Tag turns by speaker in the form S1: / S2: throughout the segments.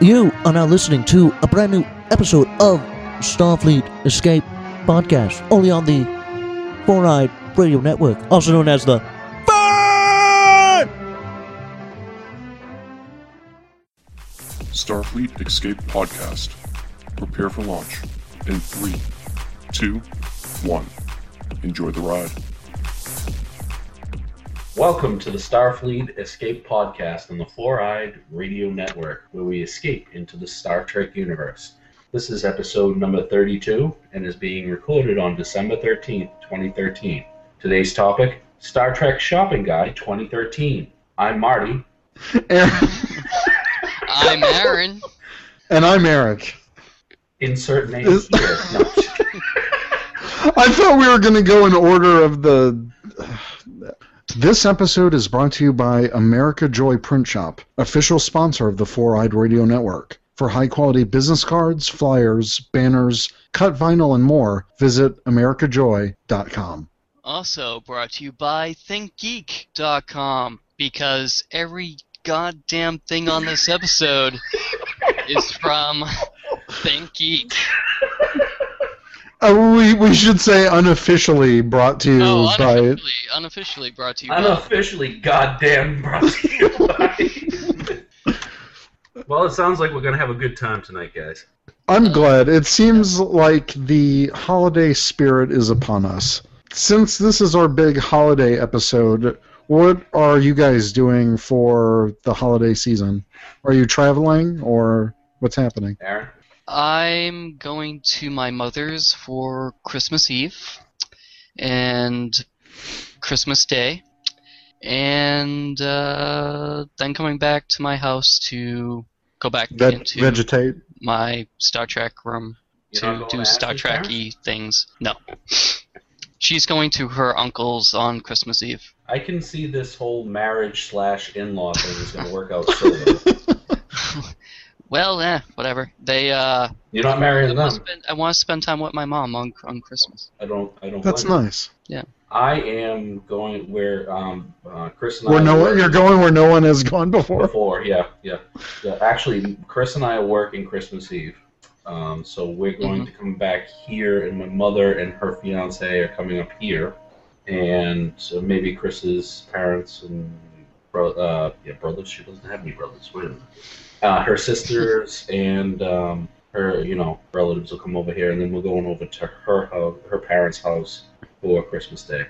S1: You are now listening to a brand new episode of Starfleet Escape Podcast, only on the Four Eyed Radio Network, also known as the
S2: Starfleet Escape Podcast. Prepare for launch in three, two, one. Enjoy the ride.
S3: Welcome to the Starfleet Escape Podcast on the Four Eyed Radio Network, where we escape into the Star Trek universe. This is episode number 32 and is being recorded on December 13th, 2013. Today's topic Star Trek Shopping Guide 2013. I'm Marty.
S4: and,
S5: I'm Aaron.
S4: and I'm Eric.
S3: Insert name
S4: Is-
S3: here. No,
S4: I thought we were going to go in order of the. This episode is brought to you by America Joy Print Shop, official sponsor of the Four Eyed Radio Network. For high quality business cards, flyers, banners, cut vinyl, and more, visit AmericaJoy.com.
S5: Also brought to you by ThinkGeek.com because every goddamn thing on this episode is from ThinkGeek.
S4: Uh, we, we should say unofficially brought to you
S5: Oh,
S4: by.
S5: unofficially, unofficially brought to you by.
S3: Unofficially, goddamn brought to you by- Well, it sounds like we're going to have a good time tonight, guys.
S4: I'm glad. It seems like the holiday spirit is upon us. Since this is our big holiday episode, what are you guys doing for the holiday season? Are you traveling or what's happening?
S3: Aaron?
S5: I'm going to my mother's for Christmas Eve and Christmas Day, and uh, then coming back to my house to go back
S4: Veg-
S5: into
S4: vegetate.
S5: my Star Trek room
S3: You're not
S5: to
S3: going
S5: do
S3: to
S5: Star
S3: Ashley's parents?
S5: Trek-y things. No. She's going to her uncle's on Christmas Eve.
S3: I can see this whole marriage slash in law thing is going to work out so well.
S5: Well, eh, whatever. They uh
S3: You're not marrying
S5: I wanna
S3: them.
S5: spend, I want to spend time with my mom on on Christmas.
S3: I don't. I don't.
S4: That's
S3: blame
S4: nice.
S3: you. I am going where um uh, Chris and
S4: Where
S3: I
S4: no
S3: were
S4: one, you're going where no one has gone before.
S3: before. Yeah, yeah, yeah. Actually, Chris and I are working Christmas Eve. Um, so we're going to come back here, and my mother and her fiance are coming up here, and so maybe Chris's parents and bro- uh, yeah, brothers. She doesn't have any brothers. Wait a minute. Uh, her sisters and um, her, you know, relatives will come over here, and then we're going over to her hou- her parents' house for Christmas Day.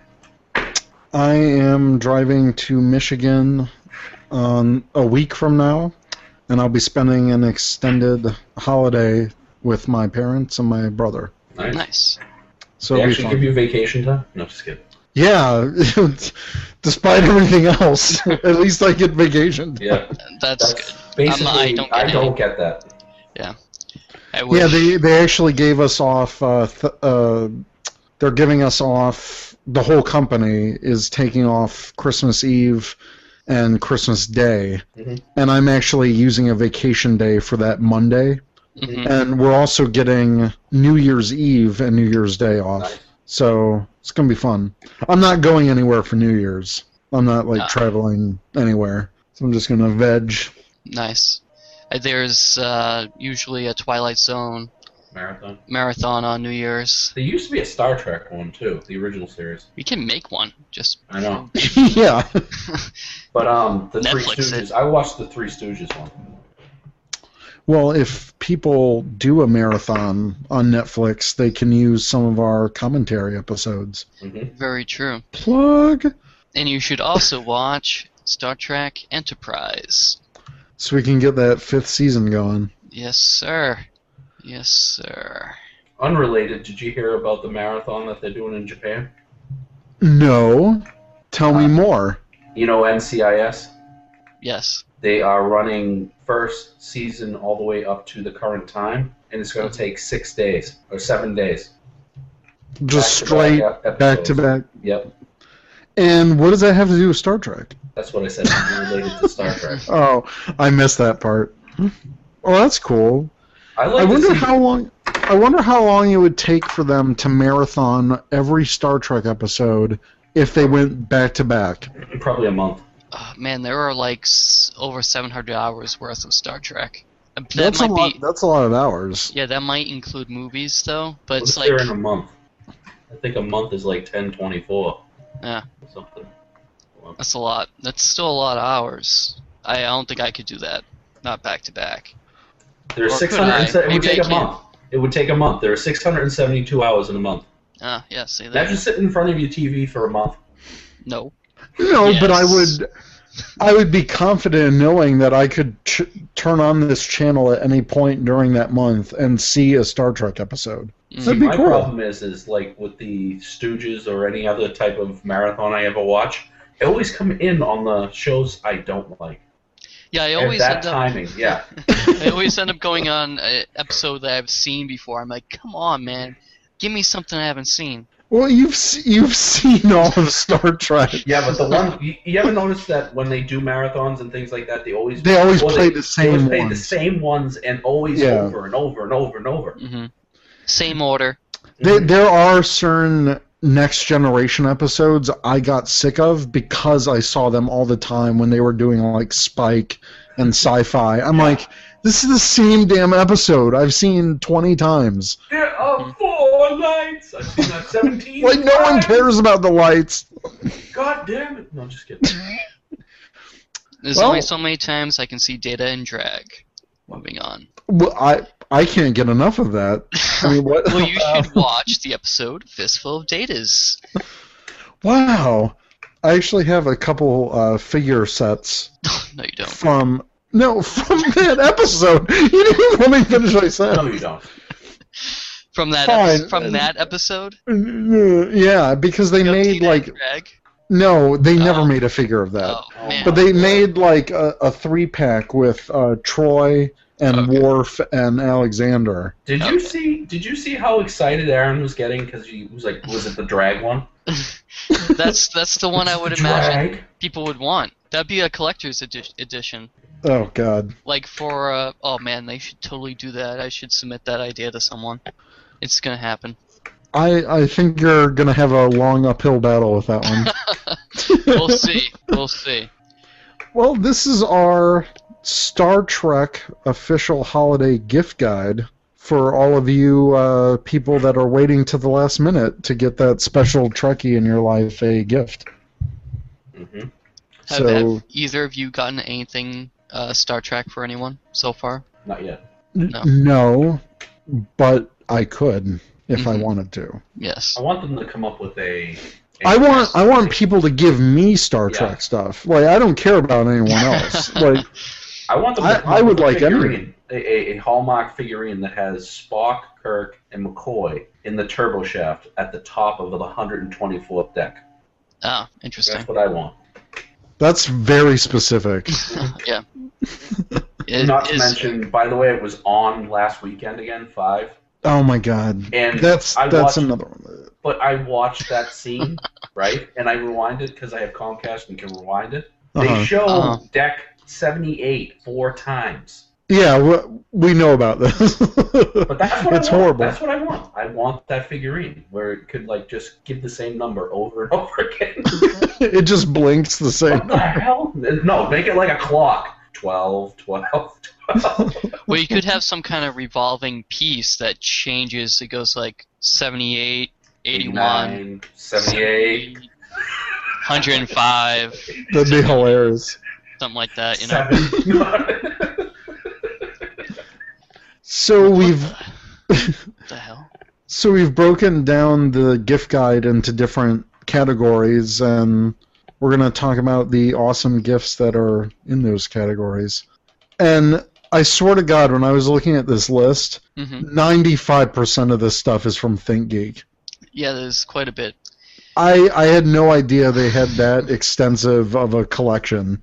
S4: I am driving to Michigan on a week from now, and I'll be spending an extended holiday with my parents and my brother.
S3: Nice.
S5: Nice.
S4: So
S3: They
S4: it'll be
S3: actually
S4: fun.
S3: give you vacation time? No, just kidding.
S4: yeah, despite everything else, at least I get vacation.
S3: Yeah.
S5: That's good.
S3: Basically,
S5: Um, I don't get it.
S3: get that.
S5: I wish.
S4: Yeah, they they actually gave us off. Uh, th- uh, they're giving us off. The whole company is taking off Christmas Eve and Christmas Day,
S3: Mhm.
S4: and I'm actually using a vacation day for that Monday.
S5: Mhm.
S4: And we're also getting New Year's Eve and New Year's Day off,
S3: Nice.
S4: so it's gonna be fun. I'm not going anywhere for New Year's. I'm not like
S5: Ah.
S4: traveling anywhere. So I'm just gonna veg.
S5: Nice. Uh, There's uh, usually a Twilight Zone
S3: Marathon.
S5: marathon on New Year's.
S3: There used to be a Star Trek one too, the original series.
S5: We can make one. Just
S3: I know,
S4: yeah.
S3: but um, the Three
S5: Netflix
S3: Stooges.
S5: it.
S3: I watched the Three Stooges one.
S4: Well, if people do a marathon on Netflix, they can use some of our commentary episodes.
S3: Mm-hmm.
S5: very true.
S4: Plug.
S5: And you should also watch Star Trek Enterprise.
S4: So we can get that fifth season going.
S5: Yes, sir. Yes, sir.
S3: Unrelated, did you hear about the marathon that they're doing in Japan?
S4: No. Tell me more.
S3: You know NCIS.
S5: Yes.
S3: They are running first season all the way up to the current time, and it's
S5: Mm-hmm.
S3: going to take six days or seven days.
S4: Just straight
S3: Back-to-back ep-
S4: back to
S3: episodes.
S4: back.
S3: Yep,
S4: And what does that have to do with Star Trek?
S3: that's what I said. Unrelated to Star Trek.
S4: Oh, I missed that part. Well, that's cool.
S3: I like.
S4: I
S3: to
S4: wonder
S3: see-
S4: how long. I wonder how long it would take for them to marathon every Star Trek episode if they went back to back.
S3: Probably a month.
S5: Uh, Oh, man, there are like s- over 700 hours worth of Star Trek. That
S4: that's a
S5: might
S4: lot.
S5: be.
S4: That's a lot of hours.
S5: Yeah, that might include movies though, but
S3: What's
S5: it's
S3: there
S5: like
S3: in a month? I think a month is like ten twenty four.
S5: Yeah.
S3: Something.
S5: that's a lot. That's still a lot of hours. I, I don't think I could do that. Not back to back. Or
S3: There's
S5: could
S3: six hundred.
S5: I?
S3: It would
S5: Maybe I
S3: take a
S5: can't.
S3: month. It would take a month. There are six hundred and seventy two hours in a month.
S5: Ah, yeah. See that?
S3: Imagine sitting in front of your TV for a month.
S5: No.
S4: No, but I
S5: Yes.
S4: would. I would be confident in knowing that I could ch- turn on this channel at any point during that month and see a Star Trek episode. That'd
S5: Mm.
S4: be
S3: My
S4: cool.
S3: problem is, is like with the Stooges or any other type of marathon I ever watch, they always come in on the shows I don't like.
S5: Yeah, I
S3: At
S5: always
S3: that
S5: end up.
S3: timing, yeah.
S5: I always end up going on an episode that I've seen before. I'm like, come on, man, give me something I haven't seen.
S4: Well, you've se- you've seen all of Star Trek.
S3: Yeah, but the one you, you ever notice that when they do marathons and things like that, they always
S4: They always
S3: Well,
S4: play
S3: they-
S4: the
S3: they always
S4: same
S3: play the
S4: ones.
S3: same ones and always
S4: Yeah.
S3: over and over and over and over.
S4: Mm-hmm.
S5: hmm Same order.
S4: There, there are certain next generation episodes I got sick of because I saw them all the time when they were doing like Spike and Sci-Fi. I'm like, this is the same damn episode I've seen 20 times.
S3: There are four lights. I've seen that seventeen.
S4: Like no one
S3: times.
S4: cares about the lights.
S3: God damn it! No, I'm just kidding.
S5: There's
S4: Well-
S5: only so many times I can see Data and Drag. Moving on.
S4: Well, I I can't get enough of that. I mean, what?
S5: well, you should watch the episode "Fistful of Datas."
S4: Wow. I actually have a couple uh, figure sets
S5: no, you don't.
S4: from no from that episode. You didn't even let me finish what I said.
S5: Oh.
S3: No, you don't.
S5: From that
S4: Fine.
S5: epi- from that episode,
S4: Uh, Yeah, because they
S5: You got
S4: made
S5: Data and
S4: like
S5: Drag.
S4: no, they never
S5: Oh.
S4: made a figure of that.
S5: Oh man,
S4: But they made like a, a three pack with uh, Troy and
S5: Okay.
S4: Worf and Alexander.
S3: Did
S5: Okay.
S3: you see? Did you see how excited Aaron was getting because he was like, was it the drag one?
S5: that's that's the one I would imagine
S3: Drag.
S5: people would want. That'd be a collector's edi- edition.
S4: Oh God,
S5: Like for uh, oh man, they should totally do that. I should submit that idea to someone. It's gonna happen.
S4: I I think you're gonna have a long uphill battle with that one.
S5: We'll see. We'll see.
S4: Well, this is our Star Trek official holiday gift guide for all of you uh, people that are waiting to the last minute to get that special Trekkie in your life a gift.
S3: Mhm.
S5: Have,
S4: So-
S5: have either of you gotten anything uh, Star Trek for anyone so far?
S3: Not yet.
S5: No.
S4: No, but I could if I
S5: Mhm.
S4: wanted to.
S5: Yes.
S3: I want them to come up with a. a
S4: I want I want people to give me Star
S3: Yeah.
S4: Trek stuff. Like I don't care about anyone else. like
S3: I want them. To
S4: I-
S3: come
S4: I
S3: up
S4: would
S3: with a
S4: like
S3: figurine, a, a, a Hallmark figurine that has Spock, Kirk, and McCoy in the turbo shaft at the top of the 124th deck.
S5: Ah, interesting.
S3: That's what I want.
S4: that's very specific.
S5: yeah. It
S3: Not to
S5: is-
S3: mention, by the way, it was on last weekend again, five.
S4: Oh my god.
S3: And
S4: That's
S3: I
S4: that's
S3: watched-
S4: another one.
S3: But I watched that scene, right? And I rewind it because I have Comcast and can rewind it. They
S4: Uh-huh.
S3: show
S5: Uh-huh.
S3: deck 78 four times.
S4: Yeah, we, we know about this.
S3: But that's what
S4: It's
S3: I want.
S4: horrible.
S3: That's what I want. I want that figurine where it could like just give the same number over and over again.
S4: it just blinks the same.
S3: what the hell? No, make it like a clock. 12, 12, 12.
S5: Well, you could have some kind of revolving piece that changes. It goes like 78, 81,
S3: 89, 78,
S5: 105,
S4: That'd be hilarious.
S5: something like that. Uh, You know.
S3: 7.
S4: So we've
S5: What the hell?
S4: so we've broken down the gift guide into different categories, and we're gonna talk about the awesome gifts that are in those categories. And I swear to God, when I was looking at this list,
S5: hmm
S4: ninety-five percent of this stuff is from ThinkGeek.
S5: Yeah, there's quite a bit.
S4: I I had no idea they had that extensive of a collection.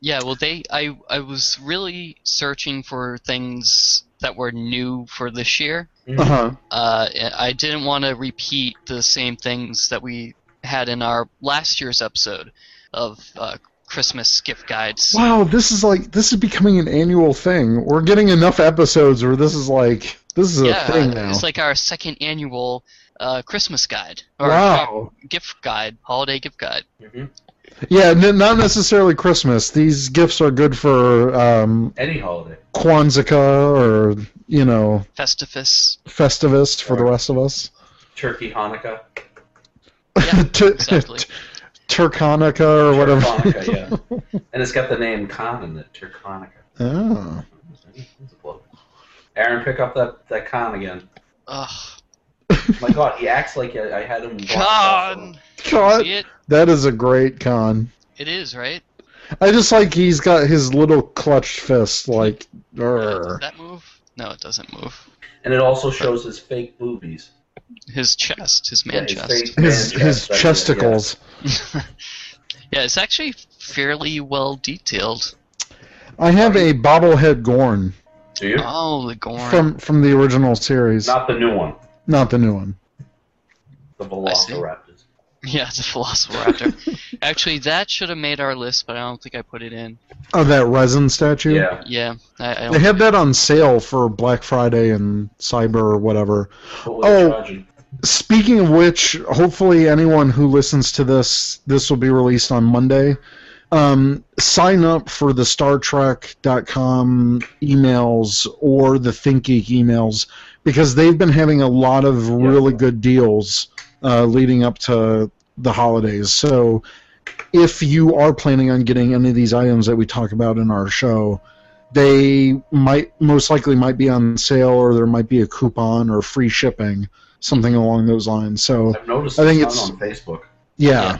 S5: Yeah, well, they. I I was really searching for things that were new for this year.
S4: Uh huh.
S5: Uh, and I didn't want to repeat the same things that we had in our last year's episode of uh, Christmas gift guides.
S4: Wow, this is like this is becoming an annual thing. We're getting enough episodes where this is like this is a
S5: yeah,
S4: thing now.
S5: it's like our second annual uh, Christmas guide or
S4: wow.
S5: gift guide, holiday gift guide.
S3: Mhm.
S4: Yeah, n- not necessarily Christmas. These gifts are good for um,
S3: Any holiday.
S4: Kwanzaa or you know
S5: Festivus.
S4: Festivus for the rest of us.
S3: Turkey Hanukkah.
S5: Yeah,
S4: Tur-
S5: exactly.
S4: Turkanica or whatever.
S3: Hanukkah, yeah. And it's got the name Khan in it, Turk Hanukkah.
S4: Oh.
S3: That's a blow. Aaron, pick up that, that Khan again. Oh
S5: Ugh,
S3: My God, he acts like I, I had him. watch
S5: God,
S4: God,
S5: see it?
S4: that is a great con.
S5: It is right.
S4: I just like he's got his little clutched fist, like.
S5: Uh, does
S4: "Arr."
S5: that move? No, it doesn't move.
S3: And it also shows his fake boobies.
S5: His chest, his man
S3: Yeah,
S5: chest.
S3: fake
S4: His
S3: man
S4: his
S3: chest, that's it,
S4: chesticles.
S5: yeah, it's actually fairly well detailed.
S4: I have a bobblehead Gorn
S3: yeah. Do you?
S5: Oh, the Gorn.
S4: from from the original series,
S3: Not the new one.
S4: not the new one.
S3: The
S5: see.
S3: Velociraptors.
S5: yeah, the Velociraptor. actually, that should have made our list, but I don't think I put it in.
S4: Oh, that resin statue.
S3: Yeah.
S5: Yeah, I, I
S4: They
S5: don't.
S4: had that on sale for Black Friday and Cyber or whatever.
S3: What were they
S4: Oh.
S3: charging?
S4: Speaking of which, hopefully anyone who listens to this, this will be released on Monday. Um, sign up for the Star StarTrek.com emails or the ThinkGeek emails because they've been having a lot of really good deals uh, leading up to the holidays. So if you are planning on getting any of these items that we talk about in our show, they might most likely might be on sale or there might be a coupon or free shipping, something along those lines. So
S3: I've noticed
S4: I think
S3: it's
S4: it's-
S3: on Facebook.
S4: yeah,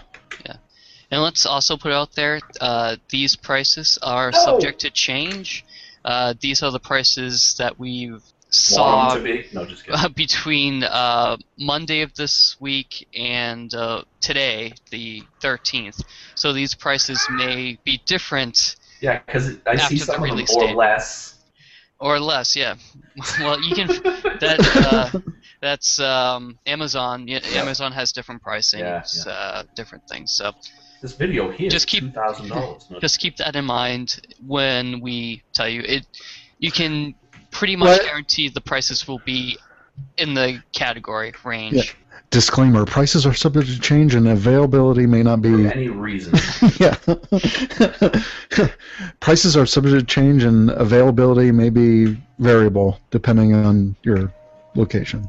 S5: And let's also put out there: uh, these prices are subject to change. Uh, these are the prices that we
S3: Want
S5: saw
S3: 'em to be? No, just kidding.
S5: uh, between uh, Monday of this week and uh, today, the 13th. So these prices may be different
S3: Yeah, because I
S5: After
S3: see
S5: the
S3: some of them
S5: release
S3: or
S5: date.
S3: less.
S5: or less. Yeah. well, you can. That uh, that's um, Amazon. Yeah, Amazon has different pricing,
S3: Yeah, yeah.
S5: Uh, different things. So
S3: This video here.
S5: Just keep-
S3: two thousand dollars.
S5: just keep that in mind when we tell you it. You can pretty much
S4: What?
S5: guarantee the prices will be in the category range.
S4: Yeah. disclaimer: prices are subject to change and availability may not be.
S3: for any reason.
S4: yeah, prices are subject to change and availability may be variable depending on your location.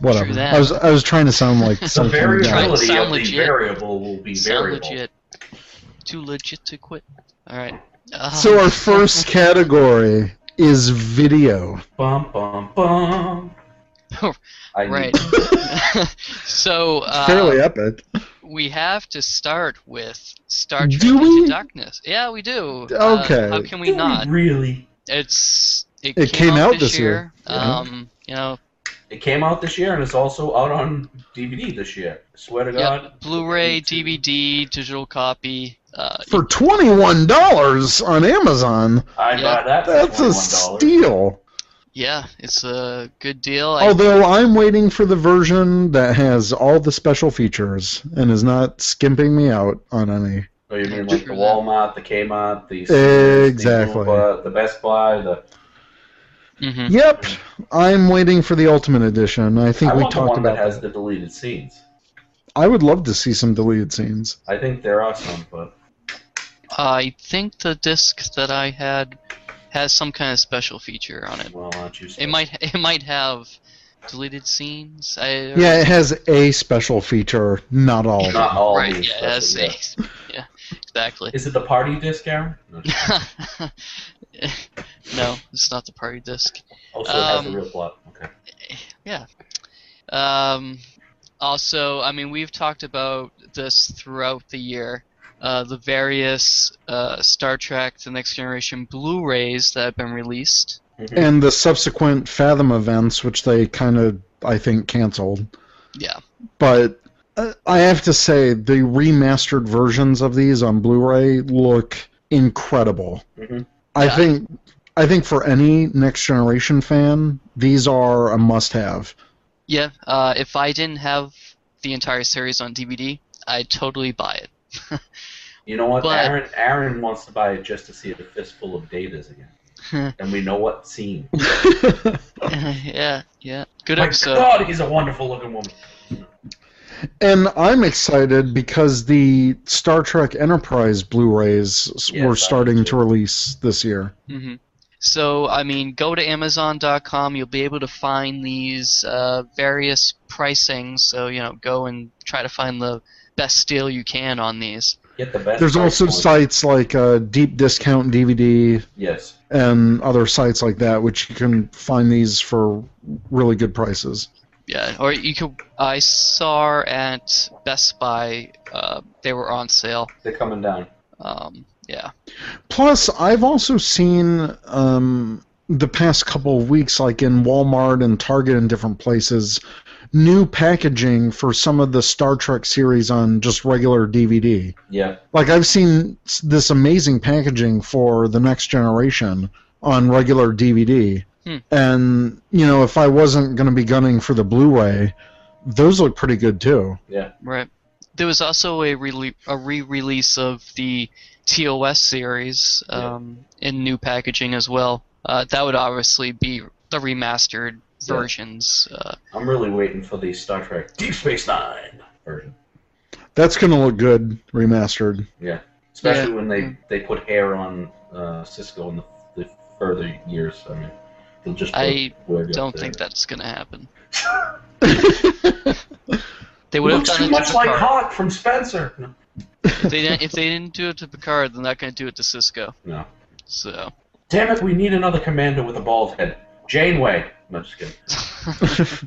S4: Whatever.
S5: that.
S4: I was I was trying to sound like
S3: The
S4: some kind of guy.
S3: variability
S5: Sound
S3: of the
S5: legit.
S3: variable will be
S5: Sound
S3: variable.
S5: legit. Too legit to quit. All right. Uh,
S4: So our first category is video.
S3: Bum bum bum. I knew
S5: right. so
S4: Fairly
S5: uh,
S4: epic.
S5: we have to start with Star Trek
S4: Do
S5: Into
S4: we?
S5: Darkness. Yeah, we do. Uh,
S4: Okay.
S5: how can we not?
S3: Really?
S5: It's it,
S4: It came out this year. Yeah.
S5: Um, you know,
S3: It came out this year and it's also out on DVD this year. I swear to
S5: yeah,
S3: God.
S5: Blu-ray,
S3: Me too.
S5: DVD, digital copy. Uh,
S4: For twenty one dollars on Amazon,
S3: I
S5: Yeah.
S3: buy that.
S4: that's
S3: for $21.
S4: a steal.
S5: yeah, it's a good deal. I-
S4: Although I'm waiting for the version that has all the special features and is not skimping me out on any.
S3: So Oh, you mean like the
S5: True that.
S3: Walmart, the Kmart, the
S4: Exactly.
S3: the, Nova, the Best Buy, the
S5: Mhm.
S4: Yep, I'm waiting for the Ultimate Edition. I think
S3: I
S4: we
S3: want the
S4: talked
S3: one
S4: about
S3: that
S4: that.
S3: has the deleted scenes.
S4: I would love to see some deleted scenes.
S3: I think there are some, but
S5: I think the disc that I had has some kind of special feature on it.
S3: well, aren't you?
S5: It might it might have deleted scenes. I,
S4: Yeah, it has a special feature, not all. of them.
S3: Not all
S5: right.
S3: these.
S5: Yeah,
S3: that's
S5: that's
S3: what- yeah.
S5: it. yeah, exactly.
S3: Is it the party disc, Aaron? No, just-
S5: no, it's not the party disc.
S3: Oh, so it has a
S5: Um,
S3: real plot. Okay.
S5: Yeah. Um, also, I mean, we've talked about this throughout the year. Uh, the various uh, Star Trek: The Next Generation Blu-rays that have been released.
S4: And the subsequent Fathom events, which they kind of, I think, canceled.
S5: Yeah.
S4: But uh, I have to say, the remastered versions of these on Blu-ray look incredible.
S3: Mhm.
S4: I
S5: Yeah.
S4: think, I think for any next generation fan, these are a must-have.
S5: Yeah. Uh, if I didn't have the entire series on DVD, I'd totally buy it.
S3: You know what?
S5: But-
S3: Aaron Aaron wants to buy it just to see a fistful of datas
S5: Hmm.
S3: again. and we know what scene.
S5: yeah. Yeah. Good
S3: My
S5: episode.
S3: God, he's a wonderful looking woman.
S4: And I'm excited because the Star Trek Enterprise Blu-rays s-
S3: Yes, I
S4: were
S3: am
S4: starting to
S3: too.
S4: release this year.
S5: hmm So, I mean, go to Amazon.com. You'll be able to find these uh, various pricings. So, you know, go and try to find the best deal you can on these.
S3: Get the best.
S4: There's
S3: price
S4: also
S3: point.
S4: sites like uh, Deep Discount DVD
S3: Yes.
S4: and other sites like that, which you can find these for really good prices.
S5: Yeah, or you could. I saw at Best Buy uh, they were on sale.
S3: They're coming down.
S5: Um, yeah.
S4: Plus, I've also seen um, the past couple of weeks, like in Walmart and Target and different places, new packaging for some of the Star Trek series on just regular DVD.
S3: Yeah.
S4: Like, I've seen s- this amazing packaging for The Next Generation on regular DVD.
S5: Hmm.
S4: And, you know, if I wasn't going to be gunning for the Blu ray, those look pretty good too.
S5: Right. There was also a, rele- a re-release of the TOS series um, in new packaging as well. Uh, that would obviously be the remastered
S3: Yeah.
S5: versions. Uh,
S3: I'm really waiting for the Star Trek Deep Space Nine version.
S4: That's going to look good remastered.
S3: Especially
S5: Yeah. Mm.
S3: when they, they put hair on uh, Cisco in the, the further years. I mean, they'll just.
S5: I don't think that's gonna happen. They would have
S3: Looks
S5: done
S3: too
S5: it to
S3: much like
S5: Picard.
S3: Hawk from Spencer. No.
S5: If they, didn't, if they didn't do it to Picard, they're not gonna do it to Cisco.
S3: no.
S5: So.
S3: Damn it, we need another commander with a bald head. Janeway. No, just kidding.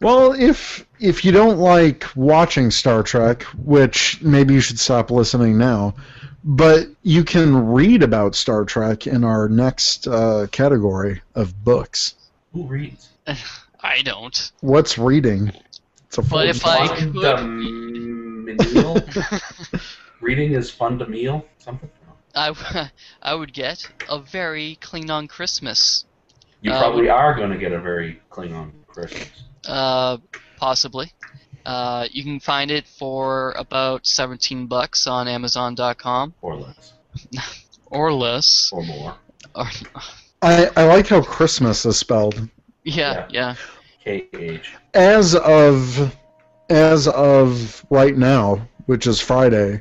S4: Well, if if you don't like watching Star Trek, which maybe you should stop listening now, but you can read about Star Trek in our next uh, category of books.
S3: Who reads?
S5: I don't.
S4: What's reading? It's a full
S5: But if I could-
S3: Fundamental? Reading is fundamental? Something? No.
S5: I, w- I would get a very Klingon Christmas.
S3: You
S5: Um,
S3: probably are going to get a very Klingon Christmas.
S5: Uh, possibly. Uh, you can find it for about 17 bucks on Amazon.com
S3: Or less.
S5: or less.
S3: Or more.
S5: Or,
S4: I, I like how Christmas is spelled.
S5: yeah,
S3: Yeah.
S5: yeah.
S3: KH.
S4: As of as of right now, which is Friday,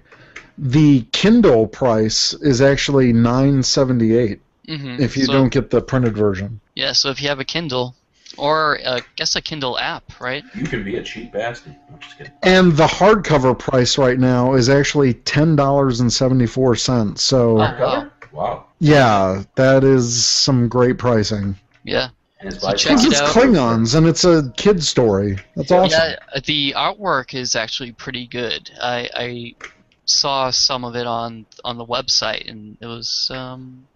S4: the Kindle price is actually nine seventy eight
S5: hmm
S4: if you don't get the printed version.
S5: Yeah, so if you have a Kindle or uh, guess a Kindle app, right?
S3: You can be a cheap bastard. I'm just kidding.
S4: And the hardcover price right now is actually ten dollars and seventy four cents. So
S5: Oh.
S3: Hardcover? Wow.
S4: yeah, that is some great pricing.
S5: Yeah.
S3: And it's
S5: So
S3: by
S5: check
S4: Because
S5: it
S4: it's
S5: out.
S4: Klingons and it's a kid story. That's
S3: Yeah.
S4: awesome.
S5: Yeah, uh, the artwork is actually pretty good. I, I saw some of it on on the website, and it was um,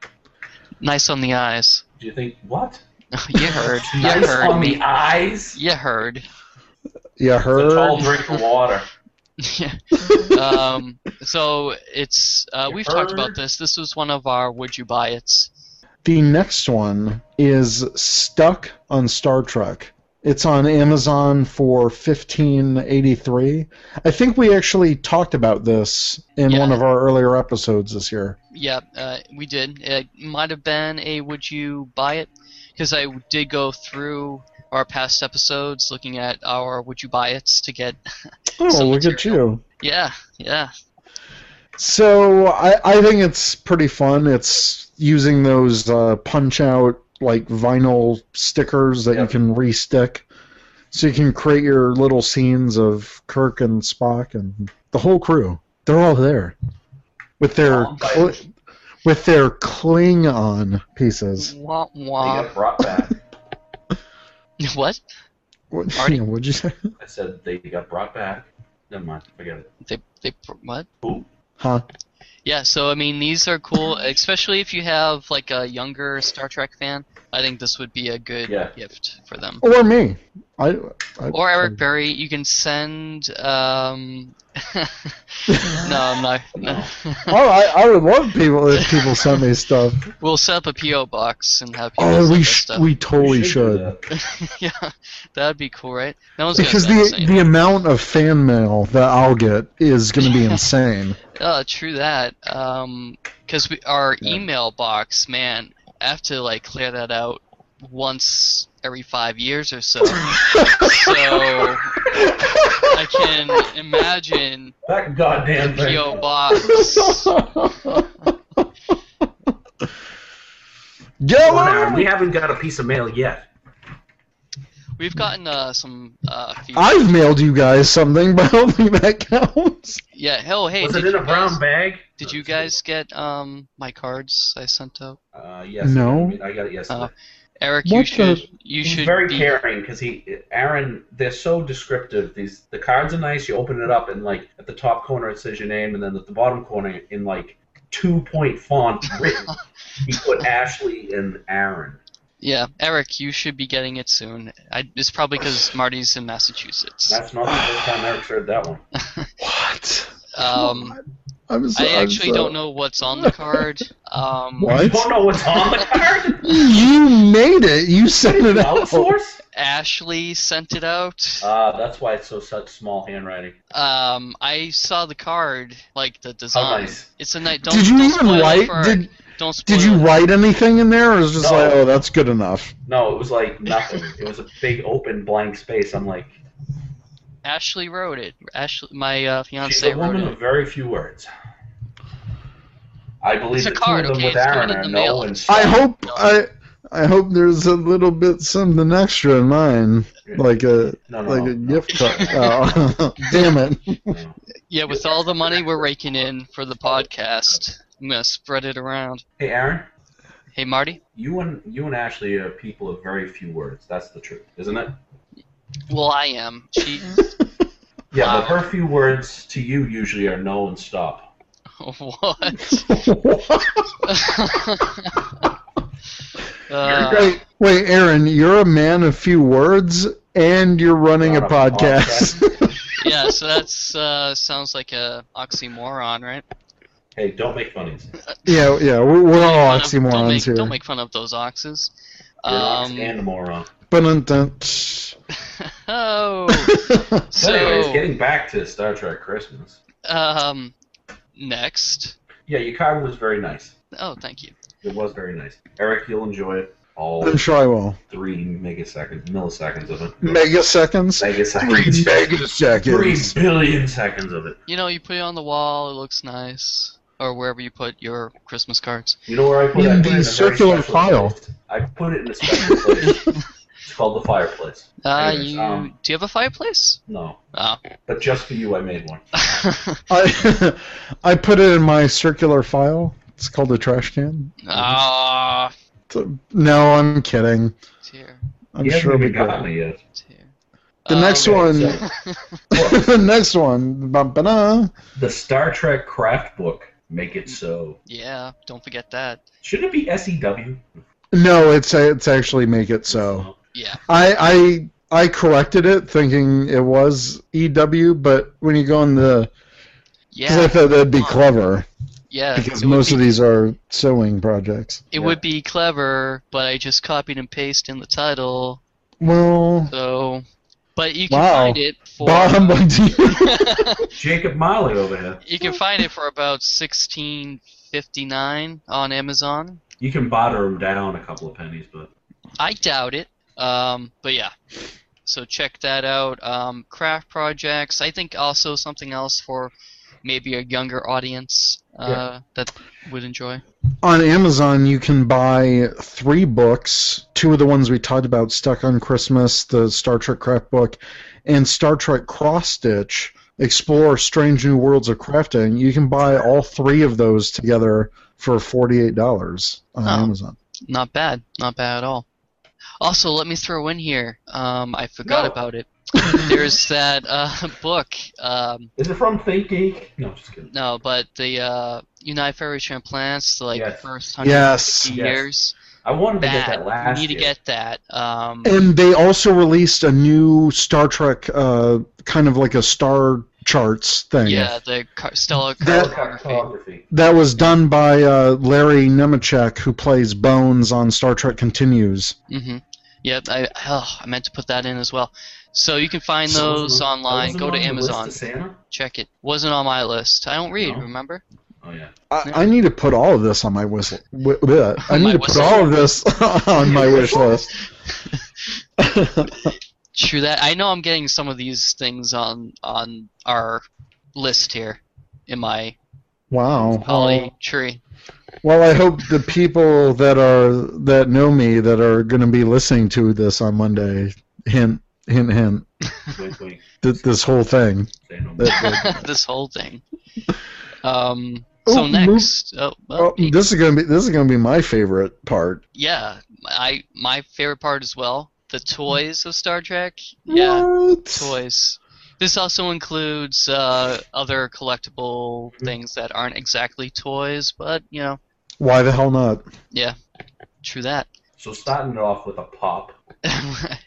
S5: nice on the eyes.
S3: Do you think what?
S5: you heard, you
S3: nice
S5: heard
S3: on
S5: me.
S3: the eyes.
S5: You heard.
S4: You
S3: It's a tall
S4: heard?
S3: drink of water.
S5: Yeah. um, so it's uh,
S3: You
S5: we've talked about
S3: heard?
S5: this. This was one of our would you buy it's.
S4: The next one is Stuck on Star Trek. It's on Amazon for fifteen eighty three. I think we actually talked about this in
S5: Yeah.
S4: one of our earlier episodes this year.
S5: Yeah, uh, we did. It might have been a would you buy it because I did go through our past episodes looking at our would you buy it's to get
S4: Oh,
S5: Some
S4: look at
S5: material.
S4: you.
S5: yeah yeah
S4: So I, I think it's pretty fun. It's using those uh, punch out like vinyl stickers that you
S3: Yep.
S4: can re-stick, so you can create your little scenes of Kirk and Spock and the whole crew. They're all there with their
S3: Oh,
S4: cl- with their Klingon pieces.
S5: wah,
S3: They
S5: wah.
S3: got brought back.
S5: What?
S4: What,
S5: Artie?
S4: yeah, what'd you say?
S3: I said they got brought back. Never mind. Forget it.
S5: They, they, pr- what?
S3: Ooh.
S4: Huh?
S5: Yeah, so I mean, these are cool, especially if you have like a younger Star Trek fan. I think this would be a good
S3: Yeah.
S5: gift for them.
S4: Oh, Or me? I, I
S5: Or Eric Berry, you can send. Um... no, I'm not. No.
S4: Oh, I, I would love people if people sent me stuff.
S5: we'll set up a PO box and have people
S4: Oh,
S5: send
S4: we
S5: us
S4: sh-
S5: stuff.
S4: we totally
S3: We
S4: should.
S3: do that.
S5: yeah, that'd be cool, right? No one's gonna
S4: because
S5: send us
S4: the
S5: anything.
S4: the amount of fan mail that I'll get is going to be insane.
S5: Uh, true that. Um 'cause we our
S4: Yeah.
S5: email box, man, I have to like clear that out once every five years or so. so I can imagine
S3: That goddamn thing.
S5: PO box.
S6: Come on,
S4: Geller!
S6: we haven't got a piece of mail yet.
S5: We've gotten uh, some uh, feedback.
S4: I've mailed you guys something, but I don't think that counts.
S5: Yeah. Hell, hey.
S6: Was
S5: did
S6: it in
S5: you
S6: a brown
S5: guys-
S6: bag?
S5: Did you guys get um my cards I sent out?
S3: Uh, yes.
S4: No.
S3: I got it yesterday.
S5: Uh, Eric, you
S4: What the-
S5: should you
S3: He's
S5: should
S3: very
S5: be,
S3: caring because he, Aaron, they're so descriptive. These the cards are nice. You open it up and like at the top corner it says your name, and then at the bottom corner in like two point font written, he put Ashley and Aaron.
S5: Yeah, Eric, you should be getting it soon. I, it's probably because Marty's in Massachusetts.
S3: That's not the first time Eric shared that one.
S4: What?
S5: Um,
S4: I'm so,
S5: I
S4: I'm
S5: actually
S4: so-
S5: don't know what's on the card. Um,
S3: You
S4: What?
S3: don't know what's on the card?
S4: You made it. You sent it out.
S3: Outsource?
S5: Ashley sent it out.
S4: Uh.
S3: Ah, that's why it's so such small handwriting.
S5: Um, I saw the card, like the design.
S3: How nice.
S5: It's a night. Don't,
S4: Oh, Did you
S5: don't
S4: even
S5: spoil it
S4: write?
S5: for-
S4: Did
S5: don't spoil
S4: Did you
S5: it.
S4: write anything in there, or is it just
S3: No.
S4: like, oh, that's good enough?
S3: No, it was like nothing. it was a big open blank space. I'm like,
S5: Ashley wrote it. Ashley, my uh,
S3: she's
S5: fiance
S3: a
S5: wrote
S3: woman
S5: it.
S3: of very few words. I believe
S5: It's a
S3: the
S5: card,
S3: two of them
S5: okay?
S3: with
S5: It's going
S3: Aaron
S5: in
S3: are
S5: the
S3: no
S5: mail.
S3: and
S4: I
S3: Sean.
S4: hope I I hope there's a little bit something extra in mine, like a
S3: No, no,
S4: like
S3: no,
S4: a
S3: no.
S4: gift card. Oh, damn it!
S3: No.
S5: Yeah, with all the money we're raking in for the podcast, I'm gonna spread it around.
S3: Hey, Aaron,
S5: Hey, Marty.
S3: you and you and Ashley are people of very few words. That's the truth, isn't it?
S5: Well, I am. She.
S3: Yeah, but
S5: Wow.
S3: her few words to you usually are no and stop.
S5: what? Uh,
S4: Wait, wait, Aaron, you're a man of few words, and you're running a
S3: Not a
S4: podcast.
S5: yeah, so that's uh, sounds like a oxymoron, right?
S3: Hey, don't make funnies.
S4: yeah, yeah, we're, we're all
S5: Don't make-
S4: oxymorons here.
S5: Don't make fun of those oxes.
S3: You're an ox
S5: Um,
S3: and a moron.
S4: uh, Ba-dun-dun.
S5: oh,
S3: But anyways,
S5: so
S3: getting back to Star Trek Christmas.
S5: um, next.
S3: Yeah, your card was very nice.
S5: Oh, thank you.
S3: It was very nice. Eric, you'll enjoy it. All
S4: uh, I'm sure I will.
S3: three megaseconds, milliseconds of it.
S4: Megaseconds.
S3: megaseconds. Three
S4: Megaseconds.
S3: billion seconds of it.
S5: You know, you put it on the wall. It looks nice, or wherever you put your Christmas cards.
S3: You know where I put
S4: In
S3: it? I put
S4: the
S3: it a very
S4: circular
S3: special
S4: file.
S3: place. I put it in a special place. it's called the fireplace.
S5: Uh,
S3: Anyways,
S5: you
S3: um,
S5: do you have a fireplace?
S3: No.
S5: Oh.
S3: But just for you, I made one.
S4: I, I put it in my circular file. It's called a trash can.
S5: Ah,
S4: So- No, I'm kidding.
S5: tear,
S4: I'm
S3: He hasn't
S4: sure we
S3: even
S4: got
S3: gotten it yet.
S5: tear.
S4: The
S5: Oh,
S4: next one. the next one. Ba-ba-da.
S3: The Star Trek craft book, Make It So.
S5: Yeah, don't forget that.
S3: Should it be E SEW?
S4: No, it's it's actually make it so.
S5: Yeah.
S4: I I I corrected it thinking it was EW, but when you go in the, 'cause I
S5: Yeah,
S4: thought that'd be clever
S5: yeah.
S4: because
S5: it would
S4: most
S5: be-
S4: of these are sewing projects.
S5: It
S3: Yeah.
S5: would be clever, but I just copied and pasted in the title,
S4: Well,
S5: so. But you can
S4: Wow.
S5: find it for.
S4: bomb
S3: Jacob Miley over here.
S5: you can find it for about sixteen fifty nine on Amazon.
S3: You can barter him down a couple of pennies, but
S5: I doubt it. Um, but yeah. So check that out. Um, craft projects. I think also something else for maybe a younger audience uh, that would enjoy.
S4: on Amazon, you can buy three books. Two of the ones we talked about, Stuck on Christmas, the Star Trek craft book, and Star Trek Cross Stitch, Explore Strange New Worlds of Crafting. You can buy all three of those together for $48 on
S5: Oh.
S4: Amazon.
S5: Not bad. Not bad at all. Also, let me throw in here. Um, I forgot
S3: No.
S5: about it. There's that uh, book. Um,
S3: is it from Think Geek? No, just kidding.
S5: no, but the uh, United Ferry Champlain's like
S3: Yes.
S5: first hundred
S4: Yes.
S3: Yes.
S5: years.
S3: I wanted to get
S5: That,
S3: that last
S5: you need to
S3: year.
S5: get that. Um,
S4: And they also released a new Star Trek, uh, kind of like a star charts thing.
S5: yeah, the car- stellar
S4: That-
S5: cartography.
S4: That was done by uh, Larry Nemechek, who plays Bones on Star Trek Continues.
S5: Mm-hmm. Yep, I oh, I meant to put that in as well. So you can find
S3: So uh, wasn't
S5: those
S3: it-
S5: online.
S3: wasn't
S5: Go
S3: it
S5: to
S3: on the
S5: Amazon.
S3: list of Santa?
S5: Check it. Wasn't on my list. I don't read.
S3: No.
S5: Remember?
S3: Oh yeah.
S4: I, I need to put all of this on my wish. Wi- wi- I
S5: My
S4: need to
S5: wish
S4: put all of this on my wish list.
S5: True that. I know I'm getting some of these things on on our list here in my
S4: Wow.
S5: poly tree.
S4: Well, I hope the people that are that know me that are going to be listening to this on Monday, hint, hint, hint,
S3: Wink, wink.
S4: th- this whole thing.
S3: Say no more.
S4: That- that-
S5: this whole thing. Um,
S4: Oh,
S5: so
S4: move-
S5: next, oh, well,
S4: oh, this is going to be this is going to be my favorite part.
S5: yeah, I my favorite part as well. The toys of Star Trek. Yeah,
S4: What?
S5: toys. This also includes uh, other collectible things that aren't exactly toys, but you know,
S4: Why the hell not?
S5: true that.
S3: So starting it off with a pop.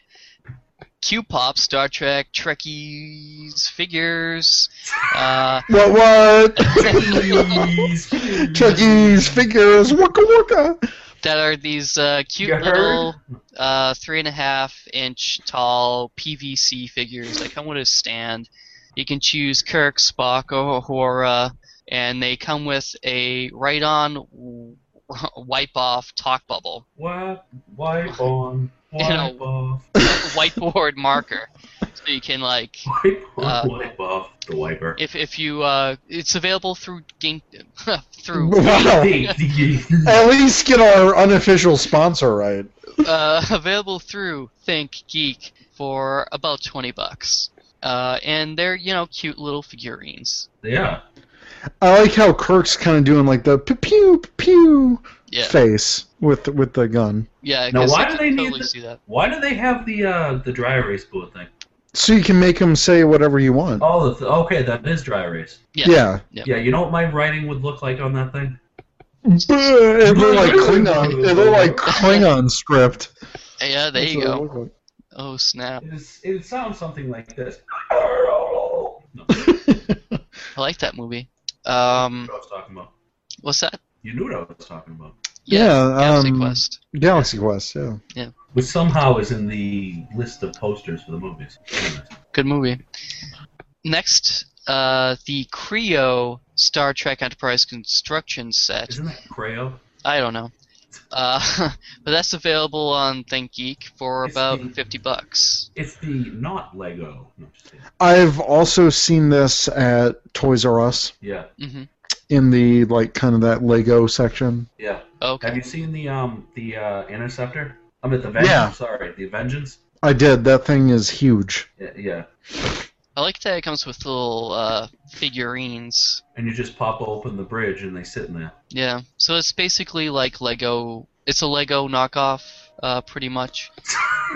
S5: Q pop, Star Trek, Trekkies, figures. Uh,
S4: What? What?
S3: Please,
S4: Chucky's figures, waka waka.
S5: that are these uh, cute
S3: You heard?
S5: little uh, three and a half inch tall PVC figures that come with a stand. You can choose Kirk, Spock, or Uhura, and they come with a right on wipe off talk bubble,
S3: What? Wipe on.
S5: You
S3: Wipe
S5: know.
S3: off.
S5: whiteboard marker. So you can, like,
S3: Wipe on.
S5: Uh,
S3: wipe off the wiper.
S5: if, if you, uh, it's available through Gink, through
S4: Wow. At least get our unofficial sponsor right.
S5: uh, available through Think Geek for about twenty bucks. Uh, and they're you know cute little figurines.
S3: yeah.
S4: I like how Kirk's kind of doing like the pew pew pew
S5: Yeah,
S4: face with with the gun,
S5: yeah. I
S3: Now,
S5: guess
S3: why
S5: I
S3: do
S5: can
S3: they need
S5: totally
S3: the-
S5: see that?
S3: Why do they have the uh, the dry erase board thing?
S4: so you can make him say whatever you want.
S3: Oh, the th- okay, that is dry erase.
S5: Yeah.
S4: yeah,
S5: Yep.
S3: Yeah, you know what my writing would look like on that thing?
S4: it looked like Klingon. It looked like Klingon script.
S5: Yeah, there
S4: That's
S5: you
S4: what it
S5: go.
S4: looked like.
S5: Oh snap!
S3: It, is, it sounds something like this. No,
S5: I like that movie. Um,
S3: what I was talking about.
S5: what's that?
S3: You knew what I was talking about.
S4: Yeah,
S5: Galaxy
S4: um,
S5: Quest.
S4: Galaxy Quest. Yeah.
S3: Which somehow is in the list of posters for the movies.
S5: Good movie. Next, uh, the Creo Star Trek Enterprise construction set.
S3: Isn't that Creo?
S5: I don't know. Uh, but that's available on ThinkGeek for
S3: It's
S5: about
S3: the-
S5: fifty bucks.
S3: It's the not Lego. No, just kidding.
S4: I've also seen this at Toys R Us
S3: yeah,
S5: hmm
S4: in the like kind of that Lego section.
S3: yeah.
S5: Okay.
S3: Have you seen the um the uh, Interceptor? I'm at the Vengeance.
S4: Yeah.
S3: Sorry, the Vengeance.
S4: I did. That thing is huge.
S3: Yeah, yeah.
S5: I like that it comes with little uh, figurines.
S3: And you just pop open the bridge and they sit in there.
S5: Yeah, so it's basically like Lego. It's a Lego knockoff, uh, pretty much.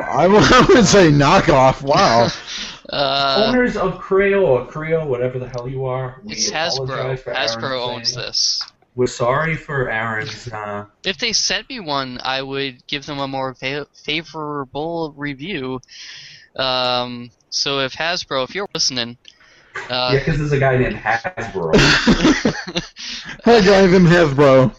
S4: I would I would say knockoff. Wow.
S5: Uh,
S3: Owners of Creo or Creo, whatever the hell you are. we
S5: it's
S3: apologize
S5: Hasbro.
S3: for eh?
S5: Hasbro
S3: Aaron's
S5: owns
S3: thing.
S5: this.
S3: We're sorry for Aaron's. Uh,
S5: If they sent me one, I would give them a more fa- favorable review. Um, so if Hasbro, if you're listening,
S3: yeah, 'cause
S5: uh,
S3: there's a guy named Hasbro.
S4: Hi, guys. I'm Hasbro.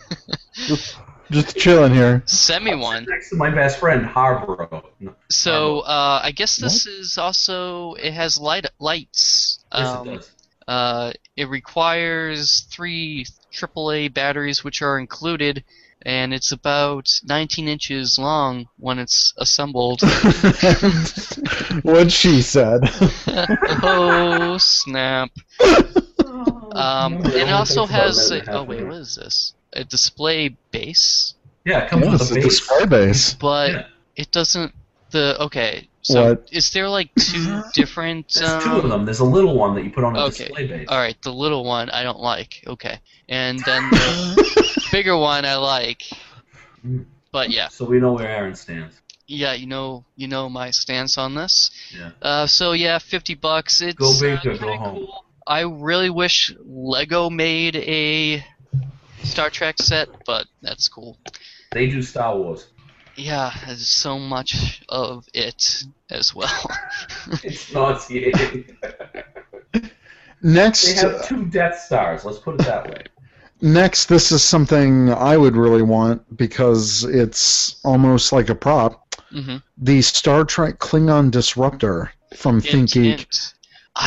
S4: Just, just chilling here.
S5: send me one.
S3: Next to my best friend Harbro. No,
S5: So uh, I guess this is also it has light lights.
S3: yes,
S5: Um,
S3: it does.
S5: Uh, it requires three AAA batteries, which are included, and it's about 19 inches long when it's assembled.
S4: what she said.
S5: oh snap!
S3: Oh,
S5: Um, and it also has. A, oh wait, what is this? A display base,
S3: Yeah, it comes
S4: Yes,
S3: with a
S4: the
S3: base.
S4: display base.
S5: but
S3: Yeah.
S5: it doesn't. The okay. So
S4: What?
S5: is there like two different?
S3: There's two of
S5: um,
S3: them. There's a little one that you put on a
S5: Okay.
S3: display base.
S5: All right, the little one I don't like. Okay, and then the bigger one I like.
S3: Mm.
S5: But yeah,
S3: So we know where Aaron stands.
S5: yeah, you know, you know my stance on this.
S3: Yeah.
S5: Uh, so yeah, fifty bucks. It's
S3: Go big
S5: uh,
S3: or go
S5: pretty
S3: home.
S5: cool. I really wish Lego made a Star Trek set, but that's cool.
S3: They do Star Wars.
S5: Yeah, there's so much of it as well.
S3: It's not. They
S4: Next,
S3: have two Death Stars. Let's put it that way.
S4: next, this is something I would really want because it's almost like a prop.
S5: Mhm.
S4: The Star Trek Klingon Disruptor from
S5: Hint,
S4: ThinkGeek.
S5: hint.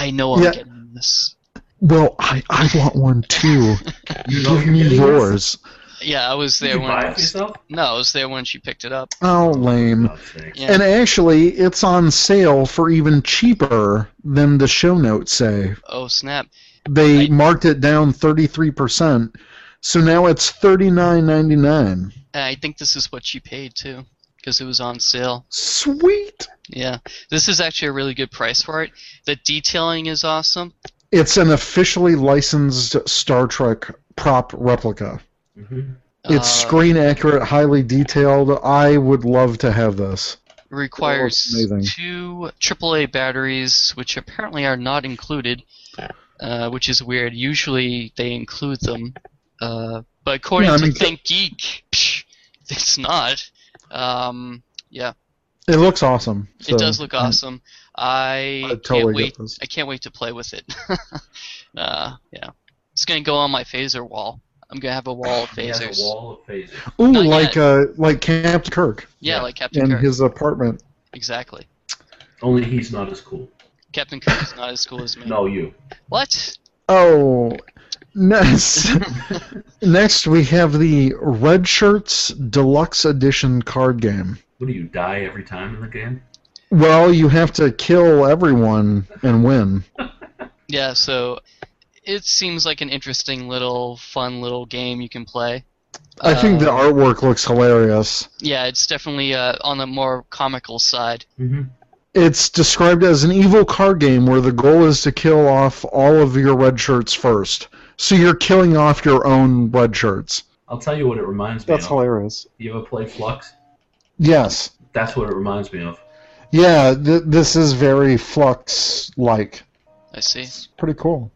S5: I know I'm
S4: Yeah.
S5: getting this.
S4: Well, I, I want one too.
S3: You know
S4: Give
S3: you're
S4: me
S3: getting
S4: yours.
S5: Yeah, I was there
S3: you
S5: when.
S3: buy
S5: I
S3: it for
S5: was,
S3: yourself?
S5: no, I was there when she picked it up.
S4: Oh, lame.
S3: God's sake.
S5: Yeah.
S4: And actually, it's on sale for even cheaper than the show notes say.
S5: oh snap!
S4: They
S5: I-
S4: marked it down 33%, so now it's 39.99.
S5: And I think this is what she paid too, because it was on sale.
S4: Sweet.
S5: Yeah, this is actually a really good price for it. The detailing is awesome.
S4: It's an officially licensed Star Trek prop replica.
S3: Mhm.
S4: It's
S5: Uh,
S4: screen accurate, highly detailed. I would love to have this.
S5: requires
S4: Oh, amazing.
S5: two AAA batteries, which apparently are not included, uh, which is weird. Usually they include them, uh, but according
S4: Yeah, I
S5: to
S4: mean-
S5: Think Geek, psh, it's not. Um, yeah,
S4: It looks awesome. so-
S5: it does look awesome. I,
S4: I
S5: can't
S4: totally
S5: wait.
S4: get this.
S5: I can't wait to play with it. uh, yeah, it's gonna go on my phaser wall. I'm gonna have a wall of
S3: He has
S5: phasers.
S3: a wall of phasers.
S4: Ooh,
S5: Not
S4: like
S5: yet.
S4: uh, like Captain Kirk
S5: Yeah,
S3: Yeah,
S5: like Captain
S4: in
S5: Kirk.
S4: his apartment.
S5: Exactly.
S3: Only he's not as cool.
S5: Captain Kirk is not as cool as me.
S3: No, you.
S5: What?
S4: Oh, next, next we have the Red Shirts Deluxe Edition card game.
S3: What do you die every time in the game?
S4: Well, you have to kill everyone and win.
S5: Yeah, so it seems like an interesting little, fun little game you can play.
S4: I think the
S5: Uh,
S4: artwork looks hilarious.
S5: Yeah, it's definitely uh, on the more comical side.
S3: Mm-hmm.
S4: It's described as an evil card game where the goal is to kill off all of your red shirts first. So you're killing off your own red shirts.
S3: I'll tell you what it reminds me of.
S4: hilarious.
S3: You ever play Flux?
S4: Yes.
S3: That's what it reminds me of.
S4: Yeah, th- this is very flux like.
S5: I see.
S4: It's pretty cool.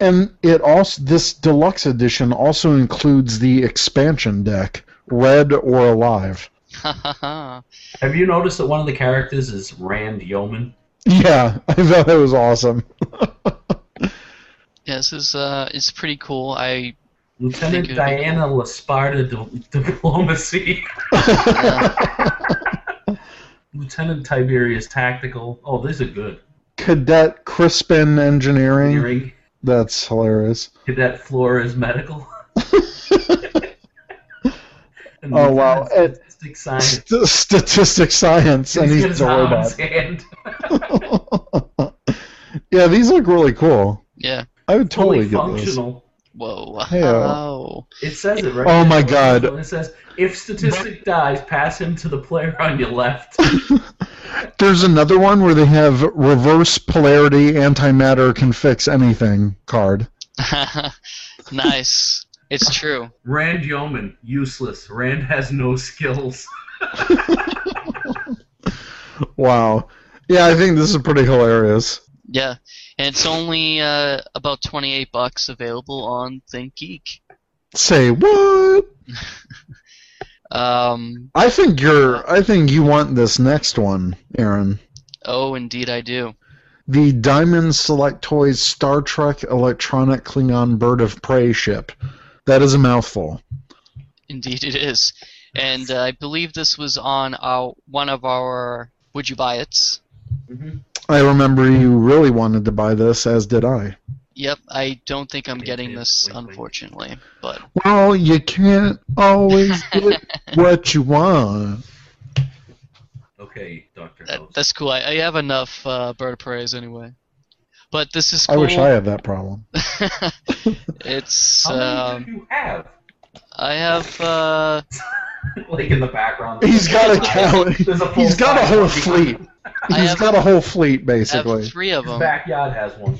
S4: And it also this deluxe edition also includes the expansion deck, Red or Alive.
S5: Ha ha ha.
S3: Have you noticed that one of the characters is Rand Yeoman?
S4: Yeah, I thought that was awesome.
S5: Yeah, this is uh, it's pretty cool. I
S3: Lieutenant
S5: Think it'd be
S3: Diana Lasparta Di- Diplomacy. Lieutenant Tiberius Tactical. Oh, these are good.
S4: Cadet Crispin Engineering.
S3: Hearing.
S4: That's hilarious.
S3: Cadet Flores Medical. And
S4: Oh, wow.
S3: Lieutenant Statistic Science.
S4: St- statistics science, and
S3: He's
S4: he's
S3: got his
S4: a
S3: arm in his
S4: robot.
S3: hand.
S4: yeah, these look really cool.
S5: yeah.
S4: I would
S3: Fully
S4: totally get this.
S3: functional.
S5: Whoa.
S4: Yeah.
S5: Wow.
S3: It says it right.
S4: Oh
S3: there.
S4: my God.
S3: It says if statistic dies, pass him to the player on your left.
S4: There's another one where they have reverse polarity antimatter can fix anything card.
S5: nice. It's true.
S3: Rand Yeoman, useless. Rand has no skills.
S4: Wow. Yeah, I think this is pretty hilarious.
S5: Yeah, and it's only uh, about twenty-eight bucks available on ThinkGeek.
S4: Say what?
S5: Um.
S4: I think you're. I think you want this next one, Aaron.
S5: Oh, indeed, I do.
S4: The Diamond Select Toys Star Trek Electronic Klingon Bird of Prey ship. That is a mouthful.
S5: Indeed, it is. And uh, I believe this was on our, one of our Would You Buy It's.
S4: I remember you really wanted to buy this, as did I.
S5: Yep, I don't think I'm getting
S3: wink,
S5: this,
S3: wink, wink.
S5: unfortunately. But
S4: Well, you can't always get what you want.
S3: Okay, Doctor
S5: that,
S3: House.
S5: that's cool. I, I have enough uh, Bird of Praise anyway. But this is cool.
S4: I wish I had that problem.
S5: it's.
S3: How many
S5: Um,
S3: do you have?
S5: I have. Uh,
S3: Like in the background.
S4: He's got a cow.
S3: There's a full
S4: He's got a
S3: size
S4: whole
S3: monkey.
S4: fleet.
S5: I
S4: He's
S5: have-
S4: got a whole fleet,
S5: I have
S4: basically.
S5: three of
S3: His
S5: them.
S3: backyard has one.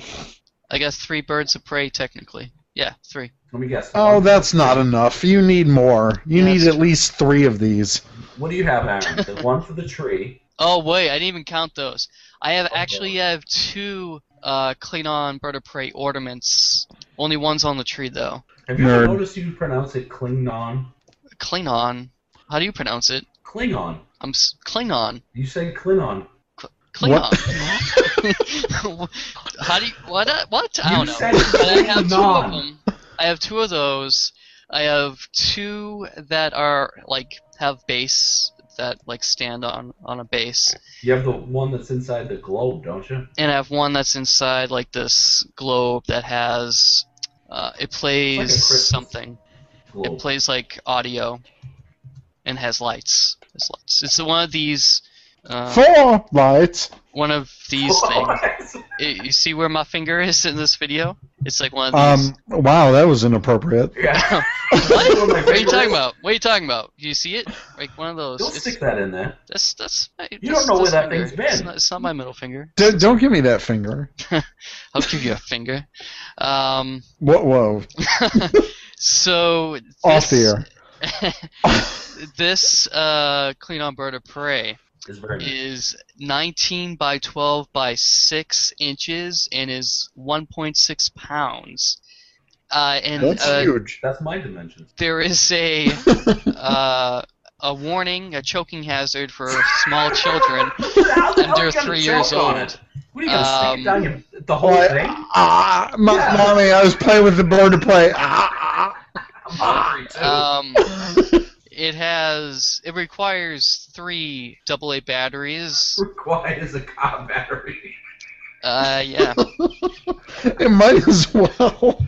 S5: I got three Birds of Prey, technically. Yeah, three.
S3: Let me guess.
S4: Oh, that's not enough. You need more. You
S5: That's
S4: need at
S5: true.
S4: least three of these.
S3: What do you have, Aaron? The one for the tree.
S5: Oh wait, I didn't even count those. I have
S3: Oh,
S5: actually I have two uh, Klingon Bird of Prey ornaments. Only one's on the tree though.
S3: Have you
S4: Nerd.
S3: ever noticed you pronounce it Klingon?
S5: Klingon. How do you pronounce it?
S3: Klingon.
S5: I'm s- Klingon.
S3: You say Klingon.
S5: Klingon. How do you what? uh, What? I
S3: You
S5: don't know.
S3: said it.
S5: But I have two of
S3: Klingon.
S5: them. I have two of those. I have two that are like have base that like stand on on a base,
S3: You have the one that's inside the globe, don't you?
S5: and I have one that's inside like this globe that has uh, it plays
S3: Christmas.
S5: something.
S3: Cool.
S5: It plays like audio and has lights. It's lights. It's one of these. Uh,
S4: Four lights.
S5: one of these
S3: Oh,
S5: things. It- you see where my finger is in this video? It's like one of these.
S4: Um, wow, that was inappropriate.
S3: yeah.
S5: what?
S3: What
S5: What are you talking about? What are you talking about? Do you see it? Like one of those.
S3: Don't
S5: it's-
S3: stick that in there.
S5: That's that's. My,
S3: You
S5: that's-
S3: don't know
S5: that's
S3: where that
S5: finger.
S3: thing's been.
S5: It's not, it's not my middle finger.
S4: D- don't give me that finger.
S5: I'll give you a finger. Um,
S4: Whoa, whoa.
S5: so
S4: Off
S5: this-
S4: the
S5: this uh, Clean on Bird of Prey
S3: It's very nice.
S5: is 19 by 12 by 6 inches and is 1.6 pounds. Uh, and
S4: That's
S5: uh,
S4: huge.
S3: That's my dimension.
S5: there is a uh, a warning, a choking hazard for small children.
S3: How the hell
S5: Under
S3: you gonna
S5: three
S3: choke
S5: years
S3: on
S5: old.
S3: it? What are you gonna stick
S5: Um,
S3: it down your, the whole
S4: Why-
S3: thing?
S4: Ah, my,
S3: Yeah.
S4: mommy, I was playing with the bird to play. Ah,
S3: I'm hungry too.
S5: Um, it has it requires three AA batteries.
S3: Requires a car battery.
S5: Uh, yeah.
S4: it might as well.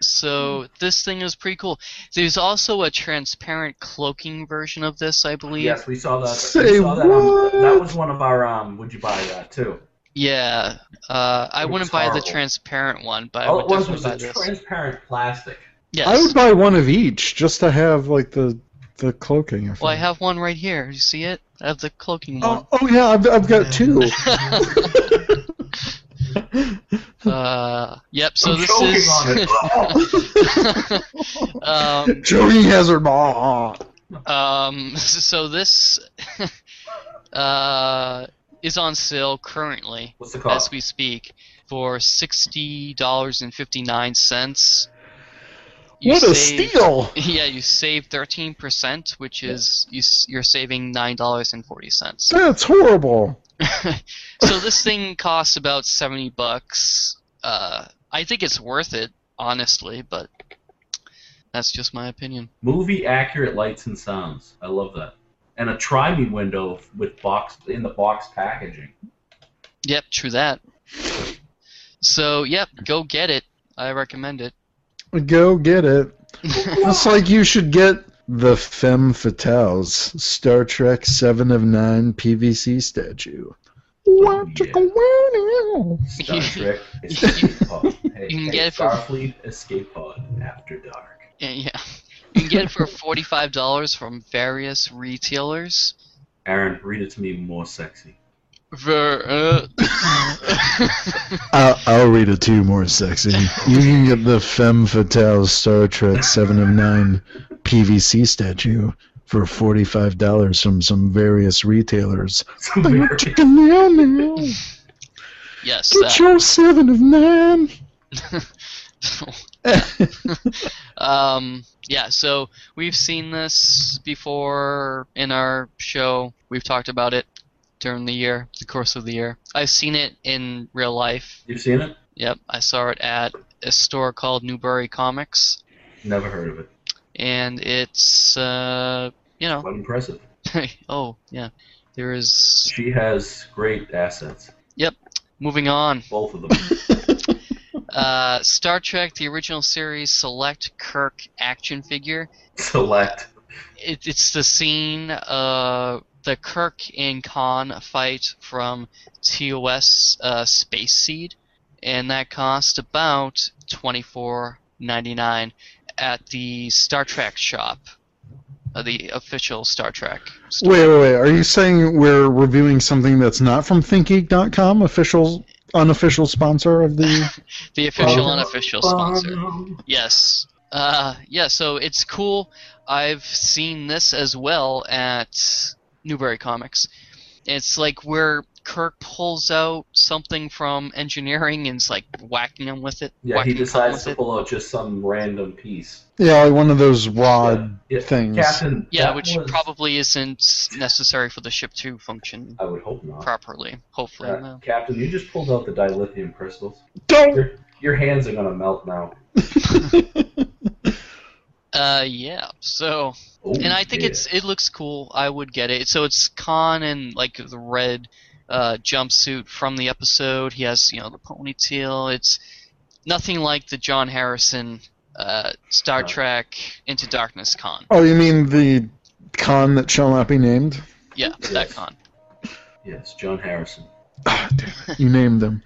S5: So this thing is pretty cool. There's also a transparent cloaking version of this, I believe.
S3: Yes, we saw that. we
S4: Say
S3: saw that, on, that
S4: what?
S3: was one of our um. Would you buy that too?
S5: Yeah. Uh, I
S3: It
S5: wouldn't
S3: was
S5: buy the
S3: horrible.
S5: transparent one,
S4: Oh,
S5: but
S3: All
S5: I
S3: it
S5: would
S3: was
S5: definitely
S3: was
S5: buy
S3: a
S5: this.
S3: transparent plastic.
S5: yes.
S4: I would buy one of each just to have like the the cloaking.
S5: Well, I have one right here. You see it? I have the cloaking one.
S4: Oh, oh yeah, I've, I've got two.
S5: Uh, yep. So
S3: I'm
S5: this
S3: choking
S5: is.
S3: on it. Oh.
S5: um,
S4: Joey Hazard. Ah.
S5: um, so this uh, is on sale currently
S3: What's the
S5: as
S3: cost?
S5: we speak for sixty dollars and fifty nine cents.
S4: What a steal!
S5: Yeah, you save thirteen percent, which is you, s- you're saving nine dollars and forty cents.
S4: That's horrible.
S5: so this thing costs about seventy bucks. Uh, I think it's worth it, honestly, but that's just my opinion.
S3: Movie accurate lights and sounds. I love that. And a try me window with box in the box packaging.
S5: Yep, true that. So yep, go get it. I recommend it.
S4: Go get it. It's like you should get the femme fatales Star Trek Seven of Nine PVC statue.
S3: Star Trek Escape Pod. Hey,
S5: You can
S3: hey,
S5: get it for-
S3: Starfleet Escape Pod After Dark.
S5: Yeah, yeah. you can get it for forty five dollars from various retailers.
S3: Aaron, read it to me more sexy.
S5: Ver- uh,
S4: I'll, I'll read it to you more sexy. You can get the femme fatale Star Trek Seven of Nine PVC statue for forty five dollars from some various retailers. Get
S5: yes. that.
S4: your Seven of Nine.
S5: um, yeah, so we've seen this before in our show. We've talked about it during the year, the course of the year. I've seen it in real life.
S3: You've seen it?
S5: Yep, I saw it at a store called Newbury Comics,
S3: Never heard of it.
S5: and it's uh, you know,
S3: Quite impressive.
S5: oh yeah, there is.
S3: She has great assets.
S5: Moving on.
S3: Both of them.
S5: Uh, Star Trek: The Original Series Select Kirk action figure.
S3: Select.
S5: it, it's the scene uh the Kirk and Khan fight from TOS uh, Space Seed, and that cost about twenty four ninety nine at the Star Trek shop, uh, the official Star Trek. Store.
S4: Wait, wait, wait. Are you saying we're reviewing something that's not from ThinkGeek.com, official, unofficial sponsor of the?
S5: The official
S4: Um,
S5: unofficial sponsor. Yes. Uh, yeah, so it's cool. I've seen this as well at Newberry Comics. It's like where Kirk pulls out something from engineering and is like whacking him with it.
S3: Yeah, he
S5: whacking Khan
S3: decides
S5: with
S3: to
S5: it.
S3: pull out just some random piece.
S4: Yeah, like one of those rod
S3: Yeah.
S4: things.
S3: Captain.
S5: Yeah,
S3: that
S5: which
S3: was-
S5: probably isn't necessary for the ship to function
S3: I would hope not.
S5: properly. Hopefully,
S3: Uh,
S5: no.
S3: Captain, you just pulled out the dilithium crystals.
S4: Don't.
S3: Your, your hands are gonna melt now.
S5: Uh, yeah. So,
S3: Oh,
S5: and I think
S3: yeah.
S5: it's it looks cool. I would get it. So it's Khan in like the red uh, jumpsuit from the episode. He has you know the ponytail. It's nothing like the John Harrison uh, Star Trek Into Darkness con.
S4: Oh, you mean the con that shall not be named?
S5: Yeah, that con.
S3: Yes, John Harrison.
S4: Ah, damn it. You named them.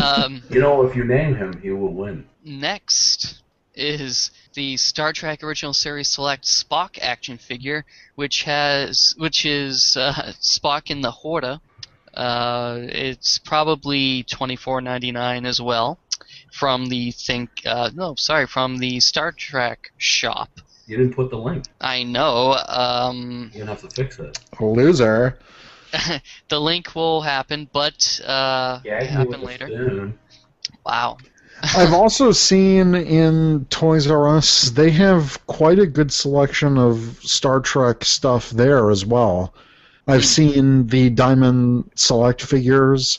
S5: Um,
S3: You know, if you name him, he will win.
S5: next is the Star Trek Original Series Select Spock action figure, which has which is uh, Spock in the Horda. Uh, it's probably twenty four ninety nine as well from the think uh, no sorry from the Star Trek shop.
S3: You didn't put the link.
S5: I know. Um,
S3: You're gonna have to fix that.
S4: Loser.
S5: the link will happen, but uh,
S3: Yeah,
S5: it
S3: you
S5: happen
S3: later.
S5: later. Wow.
S4: I've also seen in Toys R Us they have quite a good selection of Star Trek stuff there as well. I've seen the Diamond Select figures,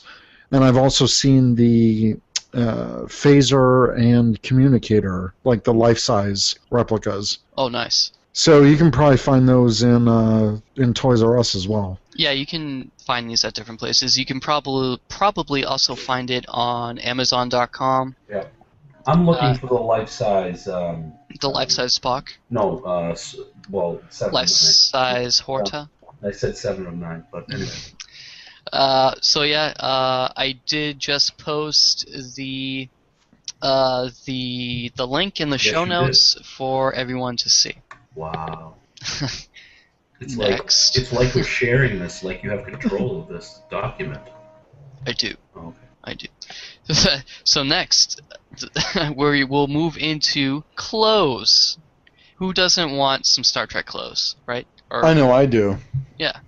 S4: and I've also seen the uh, Phaser and Communicator, like the life-size replicas.
S5: Oh, nice.
S4: So you can probably find those in uh, in Toys R Us as well.
S5: Yeah, you can find these at different places. You can probably probably also find it on Amazon.com.
S3: I'm looking
S5: Uh,
S3: for the life size. Um,
S5: The life-size Spock,
S3: no, uh, s- well, seven. of nine.
S5: life-size Horta.
S3: I said seven of nine, but
S5: Hmm.
S3: anyway.
S5: Uh, so yeah, uh, I did just post the uh, the the link in the
S3: Yes,
S5: show
S3: you did.
S5: notes for everyone to see.
S3: Wow. It's like
S5: Next,
S3: it's like we're sharing this. Like you have control of this document.
S5: I do.
S3: Okay.
S5: I do. so next, we will move into clothes. Who doesn't want some Star Trek clothes, right? Or
S4: I know I do.
S5: Yeah.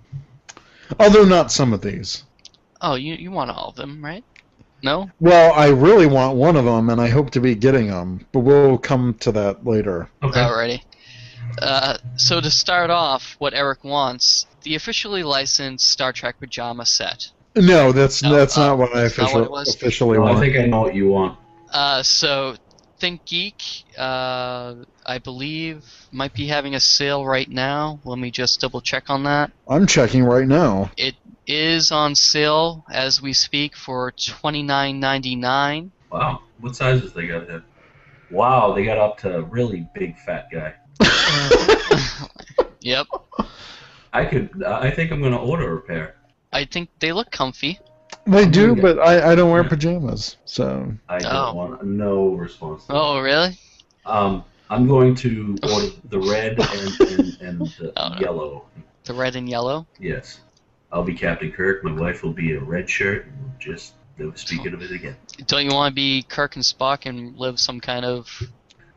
S4: Although not some of these.
S5: oh, you you want all of them, right? No.
S4: Well, I really want one of them, and I hope to be getting them, but we'll come to that later.
S3: Okay.
S5: Alrighty. Uh, so to start off, what Eric wants: the officially licensed Star Trek pajama set.
S4: No, that's
S5: No,
S4: that's
S5: uh,
S4: not what I
S5: that's not what
S4: officially,
S5: it was?
S4: officially
S3: I
S4: want.
S3: think I know what you want.
S5: Uh, so Think Geek, uh, I believe, might be having a sale right now. Let me just double check on that.
S4: I'm checking right now.
S5: Is on sale as we speak for twenty nine ninety nine.
S3: Wow. What sizes they got here? Wow, they got up to a really big fat guy.
S5: Yep.
S3: I could. I think I'm gonna order a pair.
S5: I think they look comfy.
S4: They do,
S5: Mm-hmm.
S3: Yeah.
S4: but I, I don't wear
S3: Yeah.
S4: pajamas, so
S3: I don't
S5: Oh.
S3: want no response. to that.
S5: Oh, really?
S3: Um, I'm going to order the red and, and, and the
S5: Oh, no.
S3: yellow.
S5: The red and yellow.
S3: Yes. I'll be Captain Kirk. My wife will be a red shirt. and we'll Just never speaking of it again.
S5: Don't you want to be Kirk and Spock and live some kind of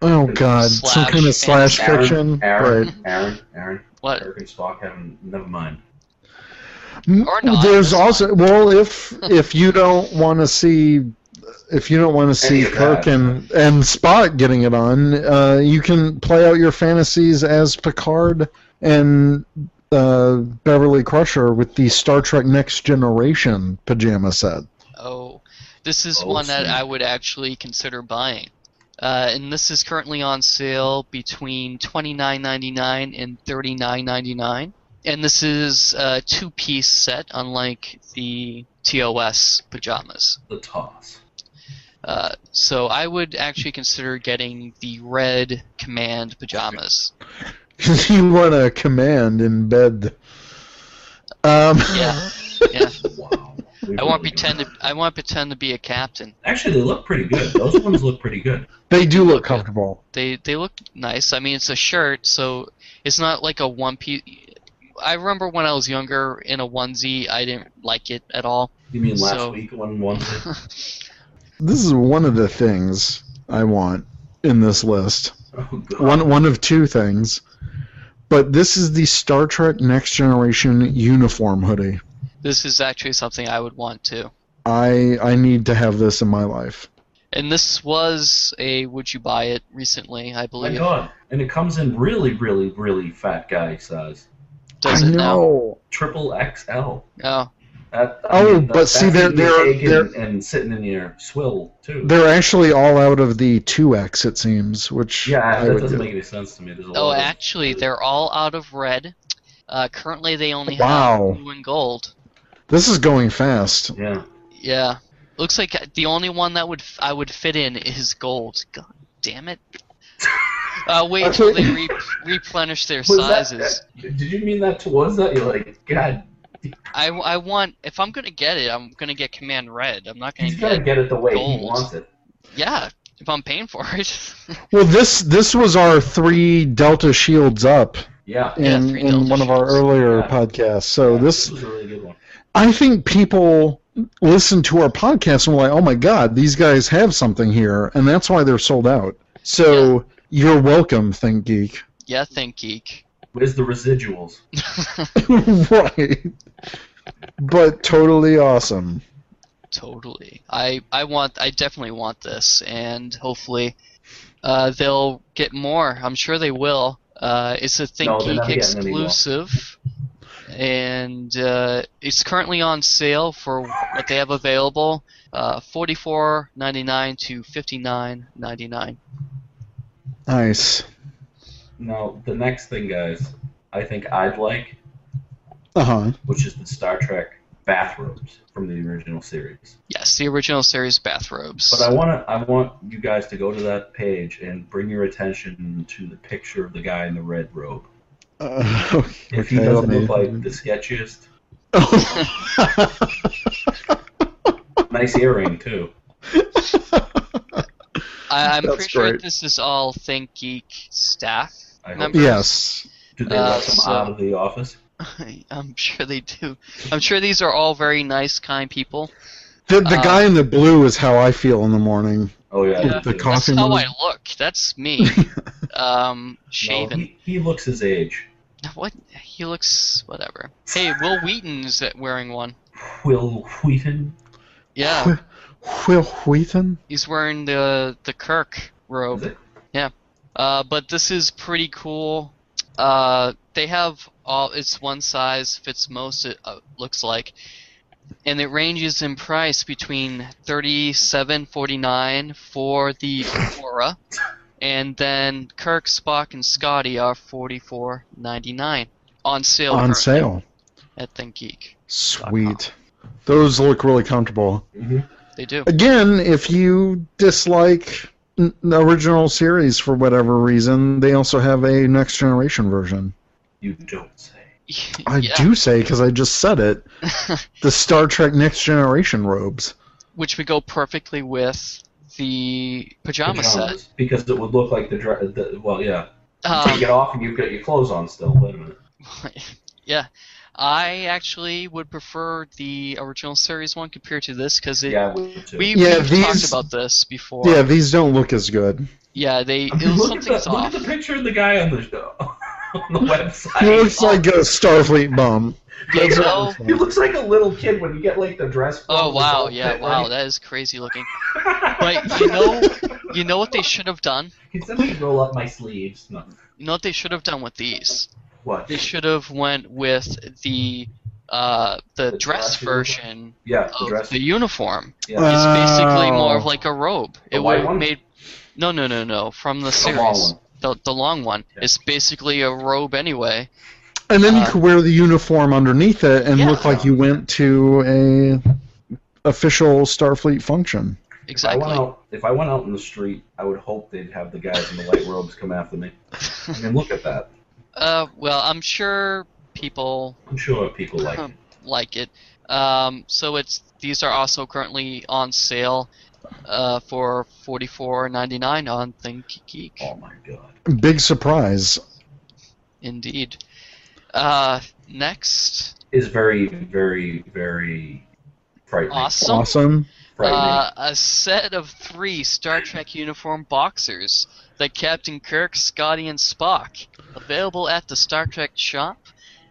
S4: oh god, some
S5: Slash
S4: kind of slash
S3: Aaron,
S4: fiction,
S3: Aaron,
S4: right?
S3: Aaron, Aaron,
S5: what?
S3: Kirk and Spock haven't. Never mind.
S5: Or not,
S4: There's
S5: that's
S4: also well, if if you don't want to see. If you don't want to see
S3: of
S4: Kirk
S3: that.
S4: and, and Spock getting it on, uh, you can play out your fantasies as Picard and uh, Beverly Crusher with the Star Trek Next Generation pajama set.
S5: Oh, this is
S3: Oh,
S5: one that
S3: snap.
S5: I would actually consider buying. Uh, and this is currently on sale between twenty nine ninety nine and thirty nine ninety nine. And this is a two piece set, unlike the TOS pajamas.
S3: The toss.
S5: Uh, so I would actually consider getting the red command pajamas.
S4: you want to command in bed. Um,
S5: Yeah, yeah.
S3: Wow. We
S5: I want
S3: really
S5: pretend to
S3: don't-
S5: I want pretend to be a captain.
S3: Actually, they look pretty good. Those ones look pretty good.
S4: they do look comfortable.
S5: they they look nice. I mean, it's a shirt, so it's not like a one piece. I remember when I was younger in a onesie, I didn't like it at all.
S3: You mean last
S5: So-
S3: week when one?
S4: This is one of the things I want in this list.
S3: Oh, God.
S4: One one of two things. But this is the Star Trek Next Generation uniform hoodie.
S5: This is actually something I would want too.
S4: I I need to have this in my life.
S5: And this was a would you buy it recently, I
S3: Oh My
S5: believe.
S3: God. And it comes in really, really, really fat guy size.
S5: Does
S4: I
S5: it now?
S4: know.
S3: Triple XL.
S5: Oh,
S3: That,
S4: Oh, but see,
S3: that
S4: they're-
S3: can be
S4: they're-
S3: taken
S4: they're-
S3: and sitting in your swill too.
S4: They're actually all out of the 2X it seems, which
S3: yeah,
S4: I
S3: that
S4: would
S3: doesn't
S4: get.
S3: make any sense to me. There's a
S5: oh,
S3: lot of-
S5: actually, they're all out of red. Uh, currently, they only have
S4: Wow.
S5: blue and gold.
S4: This is going fast.
S3: yeah.
S5: Yeah, looks like the only one that would f- I would fit in is gold. God damn it. Uh, wait
S4: That's what-
S5: till they re- replenish their
S3: Was that-
S5: sizes.
S3: Did you mean that to was that? You're like, God,
S5: I, I want if I'm gonna get it, I'm gonna get Command Red. I'm not gonna
S3: he's got to
S5: get
S3: get it the way
S5: gold.
S3: he wants it.
S5: yeah. If I'm paying for it,
S4: Well, this this was our three Delta Shields up
S3: Yeah.
S4: in,
S5: Yeah, three Delta
S4: in one of our
S5: Shields.
S4: earlier
S3: Yeah.
S4: podcasts. So
S3: Yeah,
S4: this,
S3: was a really good one.
S4: I think people listen to our podcast and were like, "Oh my God, these guys have something here," and that's why they're sold out. So you're welcome, Think Geek.
S5: yeah, think geek.
S3: Where's the residuals?
S4: right, but totally awesome.
S5: Totally. I I want I definitely want this, and hopefully, uh, they'll get more. I'm sure they will. Uh, it's a Think
S3: No, they're not
S5: Geek
S3: getting any more.
S5: exclusive, and uh, it's currently on sale for what they have available, uh, 44.99 to 59.99.
S4: Nice.
S3: Now the next thing, guys, I think I'd like,
S4: Uh huh.
S3: which is the Star Trek bathrobes from the original series.
S5: Yes, the original series bathrobes.
S3: But I want to. I want you guys to go to that page and bring your attention to the picture of the guy in the red robe.
S4: Uh,
S3: If he doesn't look like the sketchiest, nice earring too.
S5: I, I'm
S4: That's
S5: pretty sure
S4: great.
S5: this is all Think Geek staff.
S3: I hope.
S5: members.
S4: yes.
S3: Did they
S5: Uh,
S3: let him
S5: so-
S3: out of the office?
S5: I'm sure they do. I'm sure these are all very nice, kind people.
S4: The, the
S5: Uh,
S4: guy in the blue is how I feel in the morning.
S3: Oh yeah.
S5: Yeah.
S4: The
S3: No,
S5: That's
S4: coffee
S5: how
S4: mug.
S5: I look. That's me. um, shaven.
S3: he, he looks his age.
S5: What? He looks whatever. Hey, Will Wheaton's wearing one.
S3: Will Wheaton.
S5: Yeah,
S4: Will Wheaton?
S5: he's wearing the the Kirk robe. Uh, but this is pretty cool. Uh, they have all it's one size fits most. It uh, looks like, and it ranges in price between thirty-seven forty-nine for the Aurora, and then Kirk, Spock, and Scotty are forty-four ninety-nine on sale.
S4: On
S5: currently
S4: sale.
S5: at Think Geek.
S4: Sweet. Those look really comfortable.
S3: Mm-hmm.
S5: They do.
S4: Again, if you dislike n- the original series for whatever reason, they also have a next generation version.
S3: You don't say.
S4: I
S5: yeah,
S4: do say because I just said it. the Star Trek Next Generation robes.
S5: which would go perfectly with the pajama set.
S3: Pajamas, Because it would look like the, dre- the well, yeah. You
S5: Um,
S3: take it off and you've got your clothes on still. Wait a minute.
S5: yeah, I actually would prefer the original series one compared to this because it.
S3: Yeah, I would too.
S5: We,
S4: Yeah,
S5: we've
S4: these-
S5: talked about this before.
S4: Yeah, these don't look as good.
S5: Yeah, they it was,
S3: look, at
S5: something's
S3: the, look at
S5: off.
S3: the picture of the guy on the show, on the website.
S4: He looks like
S5: uh,
S4: a Starfleet bum.
S5: You
S4: That's what
S5: know?
S4: it
S3: He
S4: looks like.
S3: looks like a little kid when you get like the dress.
S5: Oh
S3: form, the
S5: wow,
S3: outfit,
S5: yeah,
S3: like-
S5: wow, that is crazy looking. But you know, you know what they should have done?
S3: He said to roll up my sleeves. No.
S5: You know what they should have done with these?
S3: What?
S5: They should have went with the uh, the
S3: The
S5: dress
S3: dress uniform?
S5: version
S3: Yeah, the
S5: of
S3: dress.
S5: the uniform.
S3: Yeah.
S5: It's basically more of
S4: Oh.
S5: like a robe.
S3: The
S5: It
S3: white
S5: would have
S3: one?
S5: made no, no, no, no. From the
S3: The
S5: series,
S3: long one.
S5: the the long one.
S3: Yeah.
S5: It's basically a robe anyway.
S4: And then you
S5: Uh,
S4: could wear the uniform underneath it and
S5: Yeah.
S4: look like you went to a official Starfleet function.
S3: If I went
S5: Exactly.
S3: out, if I went out in the street, I would hope they'd have the guys in the white robes come after me. I mean, look at that.
S5: Uh, well, I'm sure people
S3: I'm sure people like it.
S5: like it. Um, so it's these are also currently on sale, uh, for forty four ninety nine on ThinkGeek.
S3: Oh my god.
S4: Big surprise.
S5: Indeed. Uh, next,
S3: Is very, very, very frightening.
S5: awesome.
S4: Awesome.
S3: Frightening.
S5: Uh, a set of three Star Trek uniform boxers that Captain Kirk, Scotty, and Spock. Available at the Star Trek shop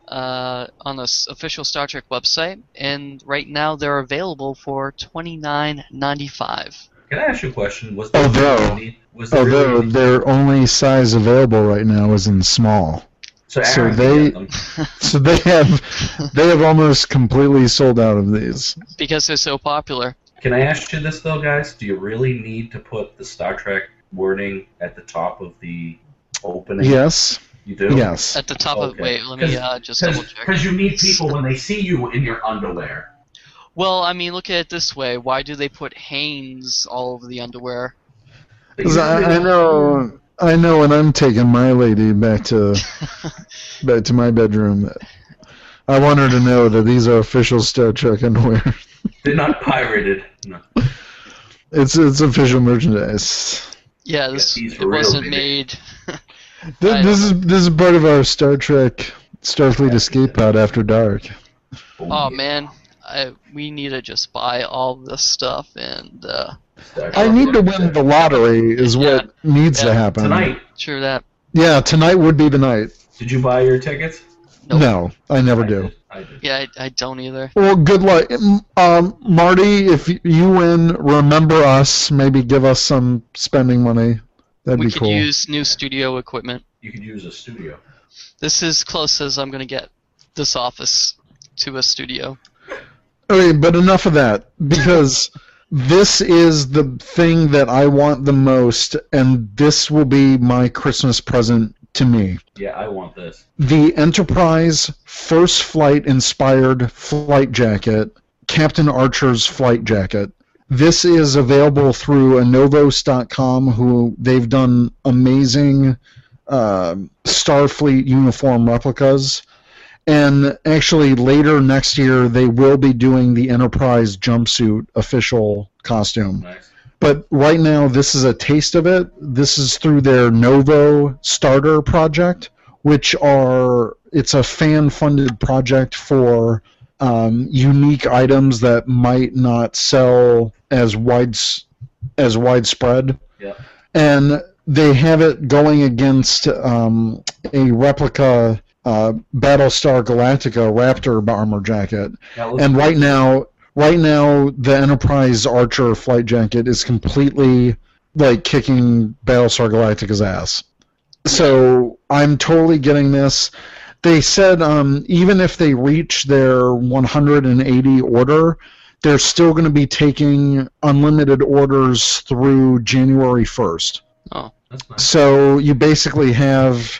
S5: uh, on the s- official Star Trek website, and right now they're available for twenty nine ninety five.
S3: Can I ask you a question? Was there
S4: Although-
S3: really any- was there
S4: Although
S3: really any-
S4: their only size available right now is in small.
S3: so,
S4: so
S3: Aaron
S4: they-
S3: did them.
S4: So they have they have almost completely sold out of these.
S5: Because they're so popular.
S3: Can I ask you this though, guys? Do you really need to put the Star Trek wording at the top of the opening?
S4: Yes.
S3: You do.
S4: Yes.
S5: At the top of
S3: Okay.
S5: wait, let me
S3: 'Cause-
S5: uh, just double check.
S6: Because you need people when they see you in your underwear.
S5: Well, I mean, look at it this way: Why do they put Hanes all over the underwear?
S4: 'Cause I, I know, I know, when I'm taking my lady back to back to my bedroom, that I want her to know that these are official Star Trek underwear.
S3: They're not pirated. No.
S4: It's it's official merchandise.
S5: Yeah, this
S3: he's
S5: it
S3: real,
S5: wasn't
S3: baby.
S5: made.
S4: This,
S5: I
S4: this is this is part of our Star Trek Starfleet escape pod after dark.
S5: Oh man, I, we need to just buy all this stuff and uh,
S4: I need to win the lottery is what needs to
S5: Yeah.
S4: happen.
S3: Tonight,
S5: sure that.
S4: Yeah, tonight would be the night.
S3: did you buy your tickets?
S5: Nope.
S4: No, I never do.
S3: I did.
S5: Yeah, I, I don't either.
S4: Well, good luck, M- um, Marty. If y- you win, remember us. Maybe give us some spending money. That'd
S5: we
S4: be
S5: could
S4: cool.
S5: use new studio equipment.
S3: You could use a studio.
S5: This is close as I'm gonna get this office to a studio.
S4: Okay, but enough of that because this is the thing that I want the most, and this will be my Christmas present to me.
S3: Yeah, I want this.
S4: the Enterprise First Flight inspired flight jacket, Captain Archer's flight jacket. This is available through Anovos.com, who they've done amazing uh, Starfleet uniform replicas. And actually, later next year, they will be doing the Enterprise jumpsuit official costume
S3: Nice.
S4: but right now this is a taste of it. This is through their Novo Starter project, which are it's a fan-funded project for um, unique items that might not sell as wides as widespread.
S3: Yeah.
S4: And they have it going against um, a replica uh, Battlestar Galactica Raptor armor jacket.
S3: Now, let's-
S4: And right now, right now, the Enterprise Archer flight jacket is completely like kicking Battlestar Galactica's ass. So I'm totally getting this. They said um, even if they reach their 180 order, they're still going to be taking unlimited orders through January 1st.
S3: that's nice.
S4: So you basically have,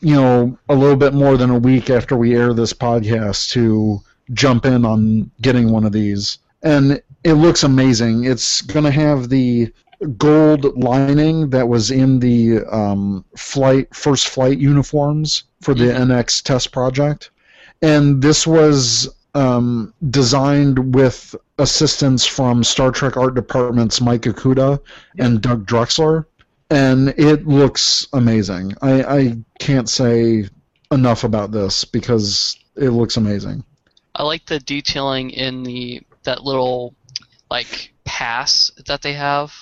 S4: you know, a little bit more than a week after we air this podcast to jump in on getting one of these. And it looks amazing. It's going to have the gold lining that was in the um, flight first flight uniforms for the NX test project. And this was um, designed with assistance from Star Trek art departments Mike Akuda and Doug Drexler and it looks amazing. I, I can't say enough about this because it looks amazing.
S5: I like the detailing in the that little like pass that they have.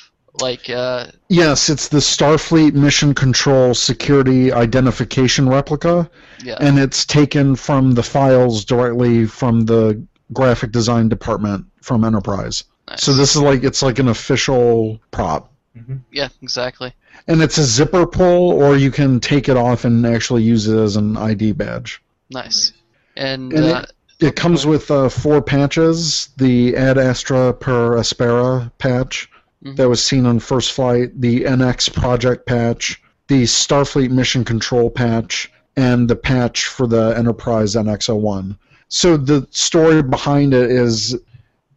S5: Like uh,
S4: Yes, it's the Starfleet Mission Control Security Identification replica,
S5: yeah,
S4: and it's taken from the files directly from the graphic design department from Enterprise.
S5: nice.
S4: So this is like it's like an official prop.
S3: Mm-hmm.
S5: yeah, exactly.
S4: And it's a zipper pull, or you can take it off and actually use it as an ID badge.
S5: Nice. And,
S4: And
S5: uh,
S4: It comes with uh, four patches: the Ad Astra per Aspera patch
S5: Mhm.
S4: that was seen on first flight, the NX Project patch, the Starfleet Mission Control patch, and the patch for the Enterprise NX-01. So the story behind it is,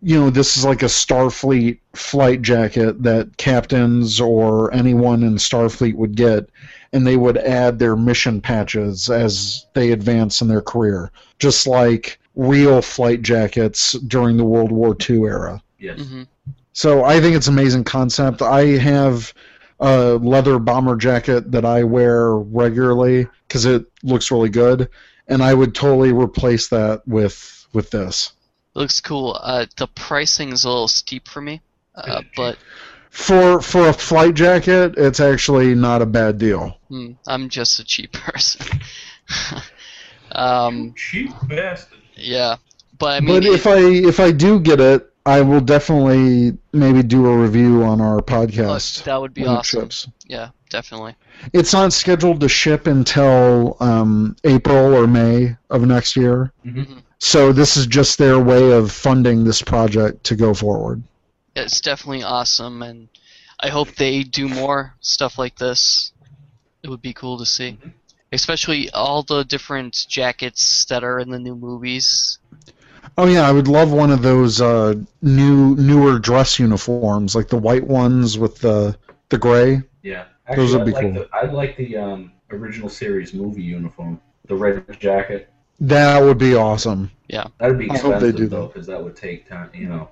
S4: you know, this is like a Starfleet flight jacket that captains or anyone in Starfleet would get, and they would add their mission patches as they advance in their career just like real flight jackets during the World War II era.
S3: Yes.
S5: hmm
S4: So I think it's an amazing concept. I have a leather bomber jacket that I wear regularly because it looks really good, and I would totally replace that with with this.
S5: looks cool. Uh, the pricing's a little steep for me, uh, but
S4: For for a flight jacket, it's actually not a bad deal.
S5: hmm, I'm just a cheap person. um,
S3: Cheap bastard.
S5: yeah, but I mean,
S4: But if I if I do get it, I will definitely maybe do a review on our
S5: uh,
S4: podcast.
S5: that would be
S4: when it
S5: awesome.
S4: ships.
S5: Yeah, definitely.
S4: It's not scheduled to ship until um, April or May of next year.
S3: Mhm.
S4: So this is just their way of funding this project to go forward.
S5: It's definitely awesome, and I hope they do more stuff like this. It would be cool to see, especially all the different jackets that are in the new movies.
S4: Oh yeah, I would love one of those uh, new newer dress uniforms, like the white ones with the The gray.
S3: Yeah,
S4: Those would
S3: I'd
S4: be
S3: like
S4: cool.
S3: The, I'd like the um, original series movie uniform, the red jacket.
S4: That would be awesome.
S3: That'd be
S4: I hope
S3: expensive
S4: they do
S3: though,
S4: that.
S3: because that would take time. You know,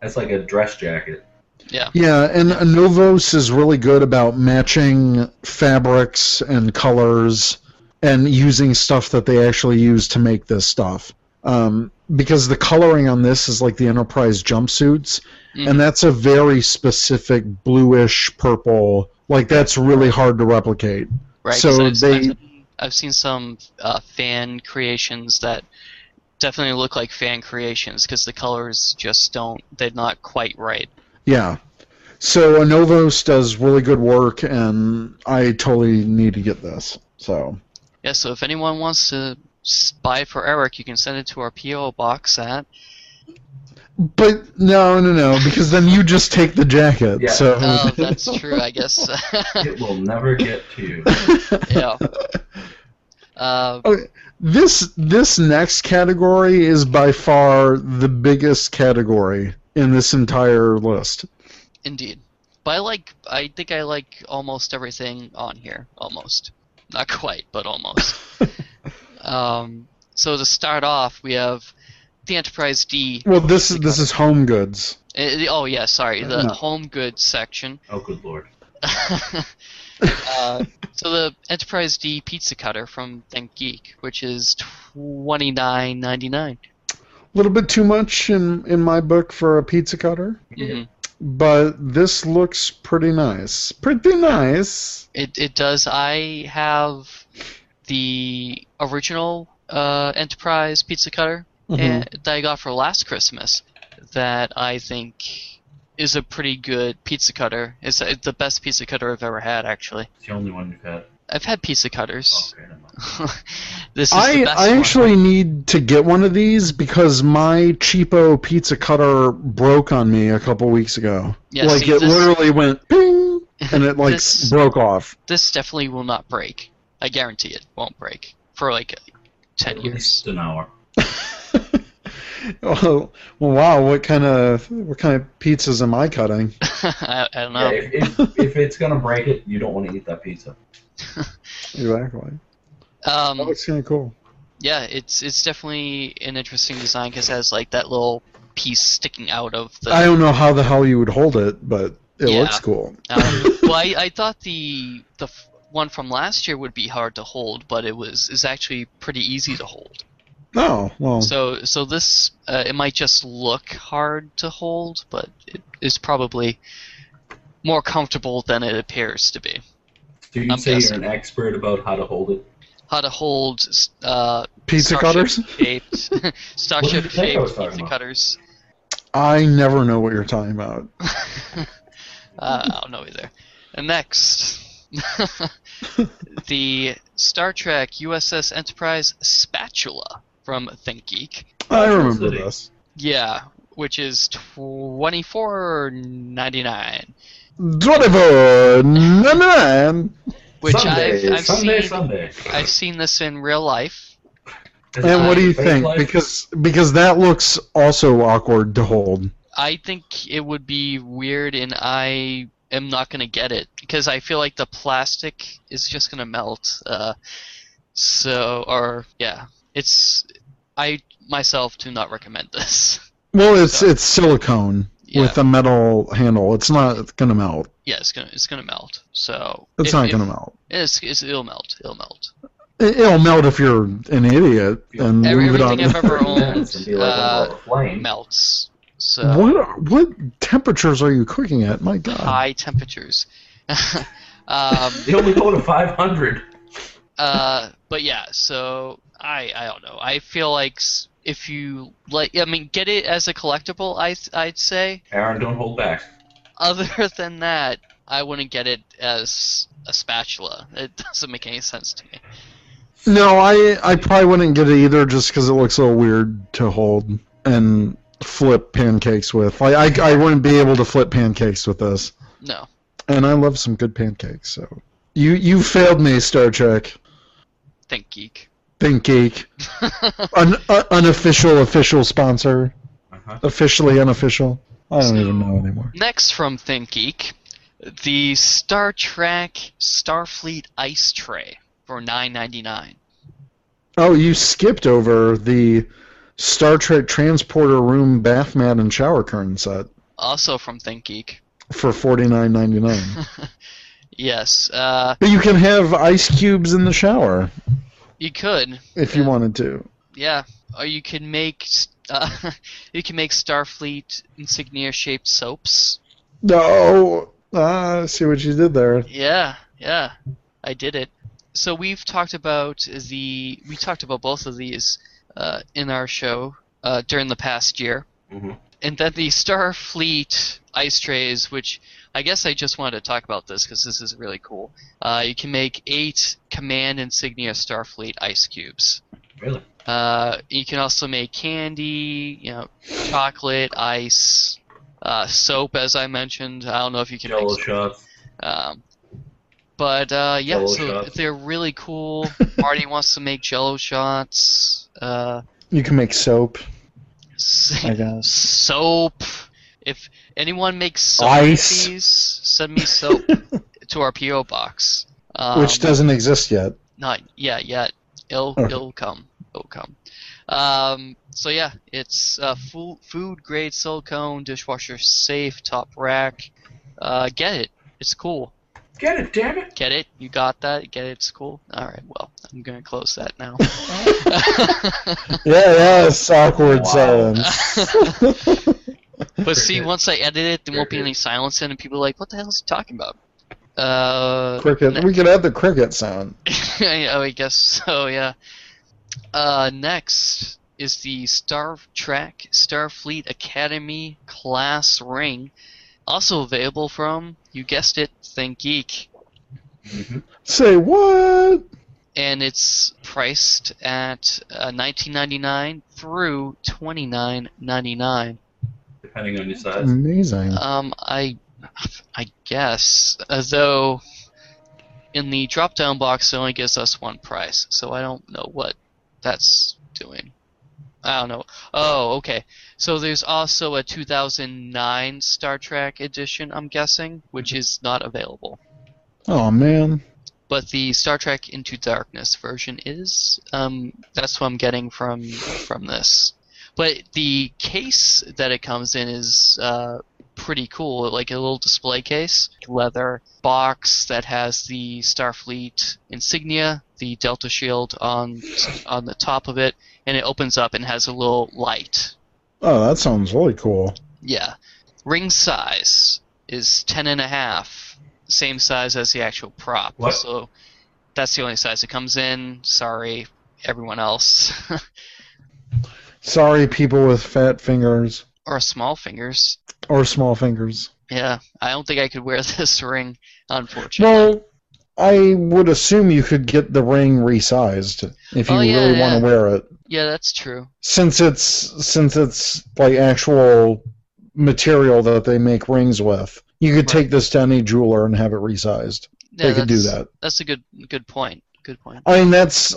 S3: that's like a dress jacket.
S4: Yeah, and Novos is really good about matching fabrics and colors and using stuff that they actually use to make this stuff. Um, because the coloring on this is like the Enterprise jumpsuits,
S5: Mhm.
S4: and that's a very specific bluish purple. Like, that's really hard to replicate.
S5: Right.
S4: So
S5: 'cause I've,
S4: they-
S5: I've, I've seen some uh, fan creations that definitely look like fan creations because the colors just don't. They're not quite right.
S4: Yeah. So Novos does really good work, and I totally need to get this. So
S5: Yeah. So if anyone wants to s- buy for Eric, you can send it to our PO box at.
S4: But no, no, no, because then you just take the jacket.
S3: Yeah.
S4: So
S5: Oh, that's true. I guess.
S3: It will never get to you.
S5: yeah. Uh,
S4: this this next category is by far the biggest category in this entire list.
S5: Indeed. But I like I think I like almost everything on here. Almost. Not quite, but almost. um, so to start off, we have the Enterprise D.
S4: Well, this this is home goods.
S5: eh, the- oh yeah, sorry, the
S4: No.
S5: home goods section.
S3: Oh, good lord.
S5: uh, so the Enterprise D pizza cutter from Think Geek, which is twenty nine ninety nine.
S4: A little bit too much in in my book for a pizza cutter,
S5: Mhm.
S4: but this looks pretty nice. Pretty nice.
S5: It it does. I have the original uh, Enterprise pizza cutter.
S4: Mhm.
S5: and, that I got for last Christmas that I think is a pretty good pizza cutter. It's uh, the best pizza cutter I've ever had, actually.
S3: It's the only one you've had. Oh,
S5: I've had pizza cutters.
S3: Okay, never mind.
S5: this is the
S4: I,
S5: best
S4: I
S5: one.
S4: actually need to get one of these because my cheapo pizza cutter broke on me a couple weeks ago.
S5: Yeah,
S4: like
S5: see,
S4: it
S5: this-
S4: literally went ping and it like
S5: This-
S4: broke off.
S5: This definitely will not break. I guarantee it won't break for like ten
S3: At
S5: years.
S3: least an hour.
S4: Oh, well, wow, what kind of what kind of pizzas am I cutting?
S5: I, I don't know.
S3: Yeah, if, if, if it's gonna break it, you don't want to eat that pizza.
S4: Exactly.
S5: Um,
S4: That looks kind of cool.
S5: yeah, it's it's definitely an interesting design because it has like that little piece sticking out of the.
S4: I don't know how the hell you would hold it, but it
S5: Yeah.
S4: looks cool.
S5: Um, well, I, I thought the the f- one from last year would be hard to hold, but it was is actually pretty easy to hold.
S4: Oh well,
S5: So so this uh, it might just look hard to hold, but it is probably more comfortable than it appears to be.
S3: Do you
S5: I'm
S3: say
S5: guessing.
S3: you're an expert about how to hold it?
S5: How to hold uh,
S4: pizza cutters.
S5: shaped starship
S3: think I was
S5: shaped
S3: talking
S5: pizza
S3: about?
S5: cutters.
S4: I never know what you're talking about.
S5: uh, I don't know either. And next, the Star Trek USS Enterprise spatula from ThinkGeek.
S4: I remember
S3: City.
S4: this.
S5: Yeah, which is twenty four ninety nine.
S4: Driver number nine.
S5: Which
S3: someday,
S5: I've, I've
S3: someday,
S5: seen.
S3: someday.
S5: I've seen this in real life.
S4: And what do you
S3: Fake
S4: think?
S3: life?
S4: Because because that looks also awkward to hold.
S5: I think it would be weird, and I am not gonna get it because I feel like the plastic is just gonna melt. Uh, so, or yeah, it's. I myself do not recommend this.
S4: Well, it's it's silicone
S5: Yeah,
S4: with a metal handle. It's not gonna melt.
S5: yeah, it's gonna it's gonna melt. So
S4: It's
S5: if-
S4: not
S5: if-
S4: gonna melt.
S5: It's, it's, it'll melt. It'll melt.
S4: It, will melt if you're an idiot and
S5: Every-
S4: leave it on.
S5: everything I've ever
S3: Minutes
S5: owned
S3: and be like,
S5: uh,
S3: well, flame.
S5: melts. So
S4: what are- what temperatures are you cooking at? My God.
S5: high temperatures. um,
S3: They only go to 500.
S5: uh, but yeah, so I I don't know. I feel like s- if you like, I mean, get it as a collectible. I th- I'd say.
S3: Aaron, don't hold back.
S5: Other than that, I wouldn't get it as a spatula. It doesn't make any sense to me.
S4: No, I I probably wouldn't get it either, just because it looks a little weird to hold and flip pancakes with. Like I I wouldn't be able to flip pancakes with this.
S5: No.
S4: and I love some good pancakes. So you you failed me, Star Trek.
S5: Think geek.
S4: Think Geek, Un, uh, unofficial, official sponsor,
S3: Uh-huh.
S4: officially unofficial. I don't
S5: So-
S4: even know anymore.
S5: Next from Think Geek, the Star Trek Starfleet ice tray for nine ninety nine.
S4: Oh, you skipped over the Star Trek transporter room bath mat and shower curtain set
S5: Also from Think Geek.
S4: for forty nine ninety nine.
S5: Yes, uh,
S4: But you can have ice cubes in the shower
S5: you could.
S4: if you wanted to.
S5: Yeah, or you can make uh, you can make Starfleet insignia shaped soaps.
S4: No, ah, I see what you did there.
S5: Yeah, yeah, I did it. So we've talked about the we talked about both of these uh, in our show uh, during the past year,
S3: Mhm.
S5: and then the Starfleet ice trays, which I guess I just wanted to talk about this because this is really cool. Uh, you can make eight command insignia Starfleet ice cubes.
S3: Really?
S5: Uh, you can also make candy, you know, chocolate, ice, uh, soap, as I mentioned. I don't know if you can make
S3: Jello
S5: soap.
S3: shots.
S5: Um, but uh, yeah,
S3: Jell-O
S5: so
S3: shots.
S5: they're really cool. Marty wants to make Jello shots, uh,
S4: You can make soap,
S5: s-
S4: I guess.
S5: soap. If anyone makes soap,
S4: Ice.
S5: please send me soap to our PO box. Um,
S4: Which doesn't exist yet.
S5: not yeah yet. It'll
S4: Okay.
S5: it'll come. It'll come. Um, so yeah, it's uh, full, food grade silicone, dishwasher safe, top rack. Uh, get it. It's cool.
S6: Get it, damn it!
S5: Get it? You got that? Get it? It's cool? Alright, well, I'm gonna close that now.
S4: Yeah, yeah, it's awkward silence.
S5: but see, once I edit it, there won't be any silence in it, and people are like, what the hell is he talking about? Uh,
S4: Cricket. We could add the cricket sound.
S5: oh, I guess so, yeah. Uh, next is the Star Trek Starfleet Academy class ring, also available from, you guessed it, Think Geek.
S3: Mm-hmm.
S4: Say what?
S5: and it's priced at uh, 19.99 through 29.99.
S3: Depending on your size.
S4: Amazing.
S5: Um, I, I guess, uh, though, in the drop-down box it only gives us one price, so I don't know what that's doing. I don't know. Oh, okay. So there's also a 2009 Star Trek edition, I'm guessing, which is not available.
S4: Oh man.
S5: but the Star Trek Into Darkness version is. Um, that's what I'm getting from from this. But the case that it comes in is uh, pretty cool, like a little display case, leather box that has the Starfleet insignia, the Delta Shield on on the top of it, and it opens up and has a little light.
S4: Oh, that sounds really cool.
S5: Yeah, ring size is ten and a half, same size as the actual prop.
S3: What?
S5: So that's the only size it comes in. Sorry, everyone else,
S4: Sorry, people with fat fingers
S5: or small fingers.
S4: or small fingers.
S5: Yeah, I don't think I could wear this ring, unfortunately.
S4: Well, I would assume you could get the ring resized if you
S5: Oh, yeah,
S4: really
S5: yeah.
S4: want to wear it,
S5: Yeah, that's true.
S4: since it's since it's like actual material that they make rings with. You could
S5: Right.
S4: take this to any jeweler and have it resized.
S5: Yeah,
S4: they could do
S5: that's-
S4: that. Uh,
S5: That's a good good point. Good point.
S4: I mean, that's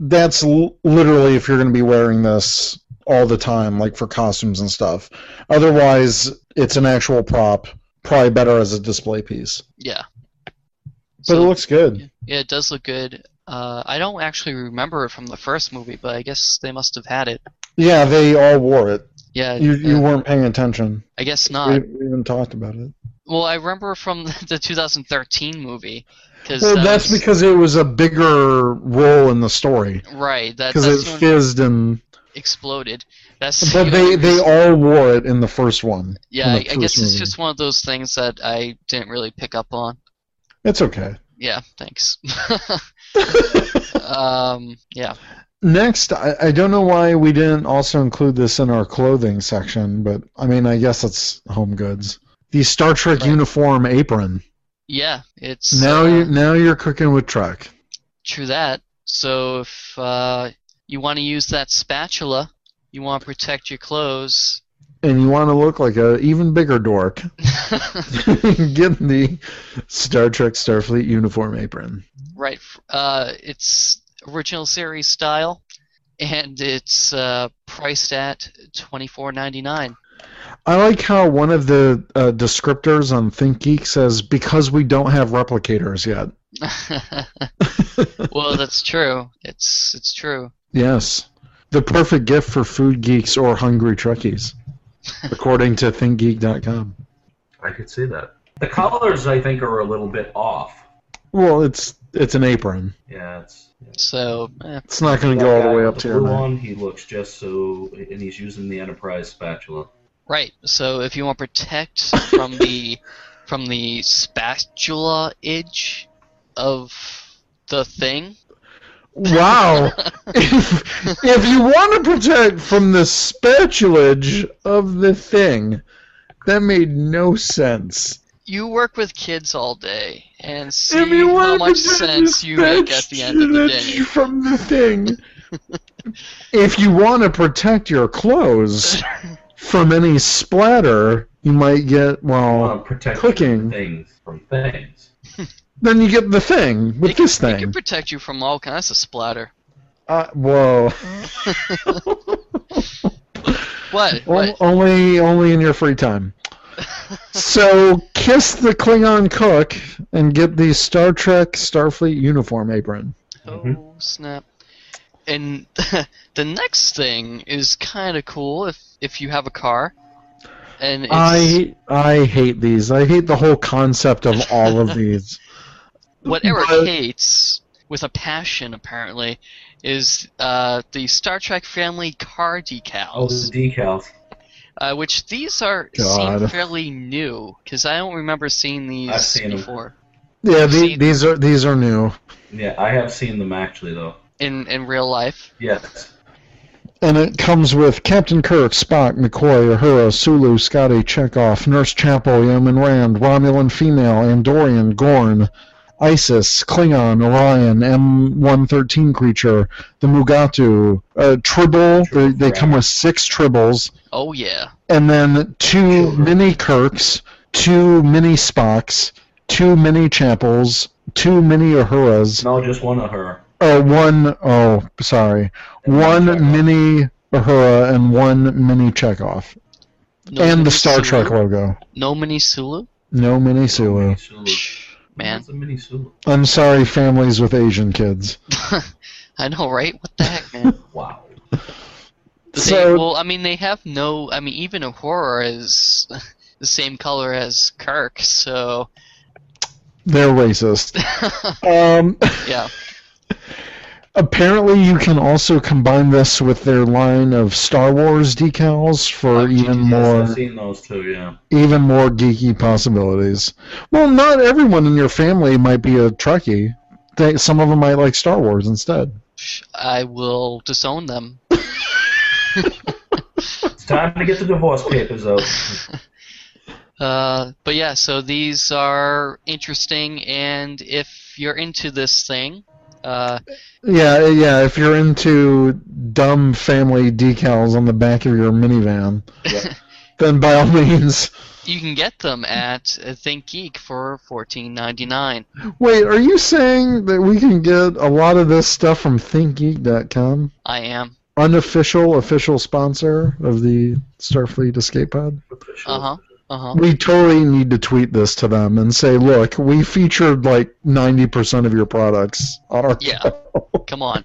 S4: that's l- literally if you're going to be wearing this all the time, like for costumes and stuff. Otherwise, it's an actual prop, probably better as a display piece.
S5: Yeah.
S4: But it looks good.
S5: Yeah, it does look good. Uh, I don't actually remember it from the first movie, but I guess they must have had it.
S4: Yeah, they all wore it.
S5: Yeah,
S4: You you
S5: yeah,
S4: weren't paying attention.
S5: I guess
S4: We,
S5: not.
S4: we even talked about it.
S5: Well, I remember from the, the 2013 movie. Cause
S4: Well,
S5: that
S4: that's
S5: was-
S4: because it was a bigger role in the story
S5: right. That,
S4: because
S5: that's
S4: it
S5: when it
S4: fizzed and.
S5: exploded. That's
S4: But
S5: the
S4: they
S5: only
S4: they
S5: reason-
S4: all wore it in the first one.
S5: yeah.
S4: in
S5: I,
S4: the
S5: I guess
S4: first
S5: it's
S4: movie.
S5: just one of those things that I didn't really pick up on.
S4: It's okay.
S5: Yeah, thanks. um, yeah,
S4: Next, I, I don't know why we didn't also include this in our clothing section, but I mean, I guess it's home goods. The Star Trek
S5: Right.
S4: uniform apron.
S5: yeah. It's
S4: Now
S5: uh,
S4: you now you're cooking with Trek.
S5: True that. So if uh, you want to use that spatula, you want to protect your clothes.
S4: And you want to look like a even bigger dork. Get the Star Trek Starfleet uniform apron.
S5: right. f- Uh, it's original series style, and it's uh, priced at twenty four ninety nine.
S4: I like how one of the uh, descriptors on ThinkGeek says because we don't have replicators yet.
S5: well, that's true. It's it's true.
S4: Yes, the perfect gift for food geeks or hungry Trekkies, according to ThinkGeek.com. Mm-hmm.
S3: I could see that. The collars, I think, are a little bit off.
S4: Well, it's it's an apron.
S3: Yeah, it's. yeah.
S5: So eh,
S4: It's not going to
S3: That
S4: go all
S3: guy
S4: the way
S3: with
S4: up to your
S3: blue
S4: neck.
S3: one, He looks just so, and he's using the Enterprise spatula.
S5: right. So if you want to protect from the from the spatula edge of the thing,
S4: Wow! if, if you want to protect from the spatulage of the thing, that made no sense.
S5: you work with kids all day and
S4: If
S5: see
S4: you
S5: how
S4: wanna
S5: much
S4: protect
S5: sense
S4: the
S5: you make at the end of the day.
S4: spatulage From the thing. if you want to protect your clothes from any splatter, you might get
S3: Uh,
S4: well.
S3: protect
S4: Cooking.
S3: things from things.
S4: Then you get the thing with
S5: It can-
S4: this
S5: It
S4: thing.
S5: can protect you from all kinds of splatter.
S4: Uh, whoa!
S5: What?
S4: O-
S5: What?
S4: only, only in your free time. so kiss the Klingon cook and get the Star Trek Starfleet uniform apron.
S5: Oh
S4: Mm-hmm.
S5: snap! And the next thing is kind of cool if if you have a car, and it's,
S4: I I hate these. I hate the whole concept of all of these.
S5: what Eric
S4: but-
S5: hates with a passion apparently is uh, the Star Trek family car
S3: Oh, the
S5: decals,
S3: decals.
S5: uh, which these are seem
S4: Oh. God.
S5: fairly new because I don't remember seeing these
S3: I've seen 'em.
S5: before
S4: Yeah,
S5: See-
S4: the, these are these are new,
S3: Yeah, I have seen them actually though.
S5: in in real life.
S3: Yes.
S4: and it comes with Captain Kirk, Spock, McCoy, Uhura, Sulu, Scotty, Chekhov, Nurse Chapel, Yeoman Rand, Romulan female, Andorian, Gorn, Isis, Klingon, Orion, M113 creature, the Mugatu, uh, Tribble. They, they come with six Tribbles,
S5: Oh yeah,
S4: and then two mini Kirks, two mini Spocks, two mini Chapels, two mini Uhuras.
S3: No, just one of her.
S4: Oh, one, oh, sorry.
S3: And
S4: One
S3: Chekhov.
S4: mini Uhura and one mini Chekhov.
S5: no
S4: and
S5: mini
S4: the Star
S5: Sulu?
S4: Trek logo.
S5: No mini Sulu,
S4: No mini Sulu.
S5: Psh, man.
S3: It's a mini Sulu.
S4: I'm sorry, families with Asian kids.
S5: I know, right? What the heck, man.
S3: Wow.
S5: They,
S4: So-
S5: well, I mean, they have no. I mean, even a horror is the same color as Kirk, so
S4: They're racist. um,
S5: yeah.
S4: apparently, you can also combine this with their line of Star Wars decals for even more.
S3: I've seen those two. Yeah.
S4: even more geeky possibilities. Well, not everyone in your family might be a Trekkie. They, some of them might like Star Wars instead.
S5: I will disown them.
S3: It's time to get the divorce papers out.
S5: Uh, but yeah, so these are interesting, and if you're into this thing, uh,
S4: Yeah, yeah. If you're into dumb family decals on the back of your minivan,
S3: Yeah.
S4: then by all means.
S5: you can get them at uh, ThinkGeek for fourteen ninety nine.
S4: Wait, are you saying that we can get a lot of this stuff from ThinkGeek.com?
S5: I am.
S4: Unofficial, official sponsor of the Starfleet Escape Pod?
S5: Uh huh. Uh huh.
S4: We totally need to tweet this to them and say, look, we featured like 90% of your products on our.
S5: Yeah. Come on.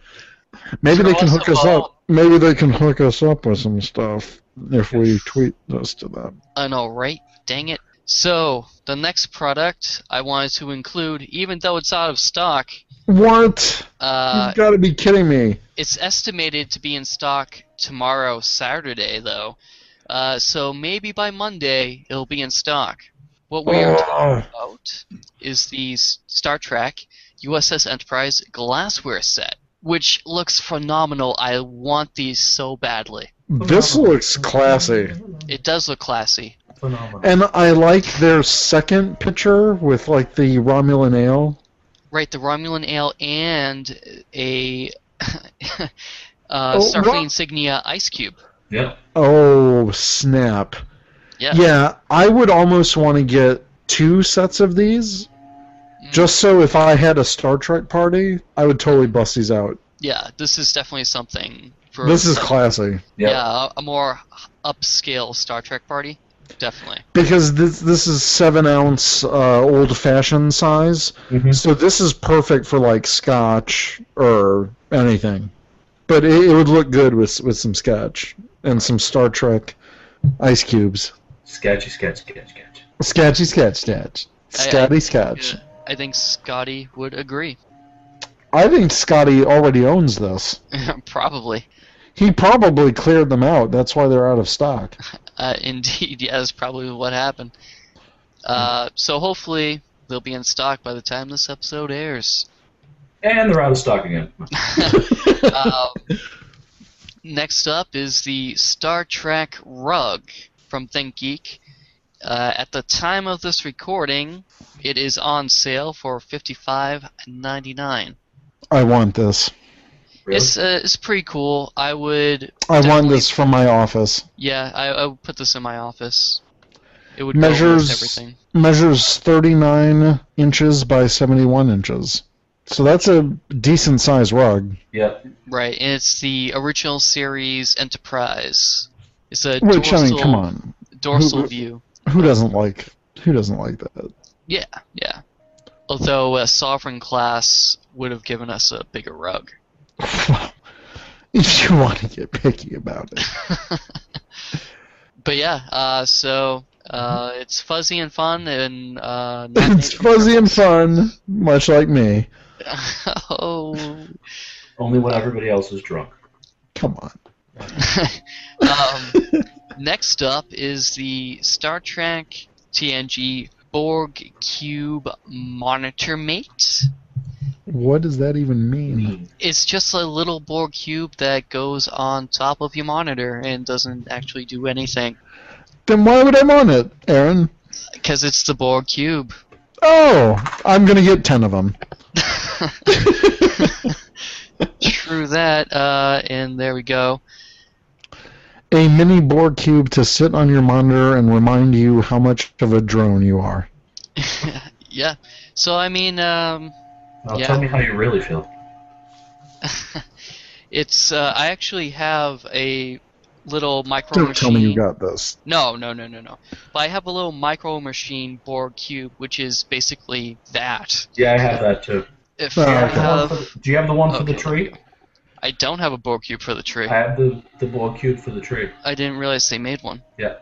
S4: Maybe they can
S5: Throw us
S4: hook
S5: a
S4: us
S5: bone.
S4: up. Maybe they can hook us up with some stuff if we tweet this to them.
S5: I know, right? Dang it. So, the next product I wanted to include, even though it's out of stock,
S4: What?
S5: uh,
S4: You've got to be kidding me.
S5: it's estimated to be in stock tomorrow, Saturday, though. Uh, so maybe by Monday it'll be in stock. What we are
S4: Ugh.
S5: talking about is the S- Star Trek USS Enterprise glassware set, which looks phenomenal. I want these so badly.
S4: This looks classy.
S5: It does look classy.
S3: Phenomenal.
S4: And I like their second picture with like the Romulan ale.
S5: Right, the Romulan ale and a uh,
S4: Oh,
S5: Starfleet
S4: Ro-
S5: insignia ice cube.
S3: Yep.
S4: Oh, snap.
S5: Yeah.
S4: Yeah, I would almost want to get two sets of these.
S5: Mm.
S4: Just so if I had a Star Trek party, I would totally bust these out.
S5: Yeah, this is definitely something for
S4: This is classy.
S3: Yep.
S5: yeah, a- a more upscale Star Trek party. definitely.
S4: because this this is seven ounce uh, old fashioned size.
S3: Mm-hmm.
S4: So this is perfect for like scotch or anything. But it, it would look good with with some scotch and some Star Trek ice cubes.
S3: Sketchy, sketch, sketch, sketch.
S4: Scotchy sketch sketch.
S5: I- I-
S4: Scotty scotch.
S5: Yeah, I think Scotty would agree.
S4: I think Scotty already owns this.
S5: Probably.
S4: He probably cleared them out. That's why they're out of stock.
S5: Uh, indeed, yeah, that's probably what happened.
S4: Hmm.
S5: Uh, so hopefully they'll be in stock by the time this episode airs.
S3: And they're out of stock again.
S5: Uh, next up is the Star Trek rug from Think Geek. Uh, at the time of this recording, it is on sale for fifty-five ninety-nine.
S4: I want this.
S3: Really?
S5: It's uh, it's pretty cool. I would
S4: I want
S5: Definitely.
S4: this from my office.
S5: yeah I, I would put this in my office. It would go
S4: Measures-
S5: with everything.
S4: measures 39 inches by 71 inches. So that's a decent size rug,
S3: Yep.
S5: Right, and it's the original series Enterprise. It's a
S4: which
S5: dorsal,
S4: I mean, come on,
S5: dorsal
S4: Who-
S5: view.
S4: who doesn't like who doesn't like that?
S5: Yeah, yeah. Although a sovereign class would have given us a bigger rug.
S4: if you want to get picky about it,
S5: But yeah, uh, so uh, it's fuzzy and fun and uh, not made
S4: Mm-hmm. it's
S5: from
S4: fuzzy and fun, much like me.
S5: purple. oh.
S3: Only when everybody else is drunk.
S4: Come on,
S5: um, next up is the Star Trek TNG Borg Cube Monitor Mate.
S4: what does that even mean?
S5: It's just a little Borg cube that goes on top of your monitor and doesn't actually do anything.
S4: Then why would I want it, Aaron?
S5: Because it's the Borg cube.
S4: Oh, I'm gonna get ten of them.
S5: True that, uh, and there we go.
S4: A mini Borg cube to sit on your monitor and remind you how much of a drone you are.
S5: Yeah. So, I mean, um,
S3: Now
S5: Yeah.
S3: tell me how you really feel.
S5: it's. Uh, I actually have a little micro
S4: Don't tell
S5: machine.
S4: me you got this.
S5: No, no, no, no, no. But I have a little micro machine Borg cube, which is basically that.
S3: Yeah, I have that too.
S5: If
S4: Oh,
S5: I
S4: okay.
S5: have,
S6: Do you have the one for the
S5: Okay.
S6: tree?
S5: I don't have a Borg cube for the tree.
S3: I have the, the ball cube for the tree.
S5: I didn't realize they made one.
S3: Yeah.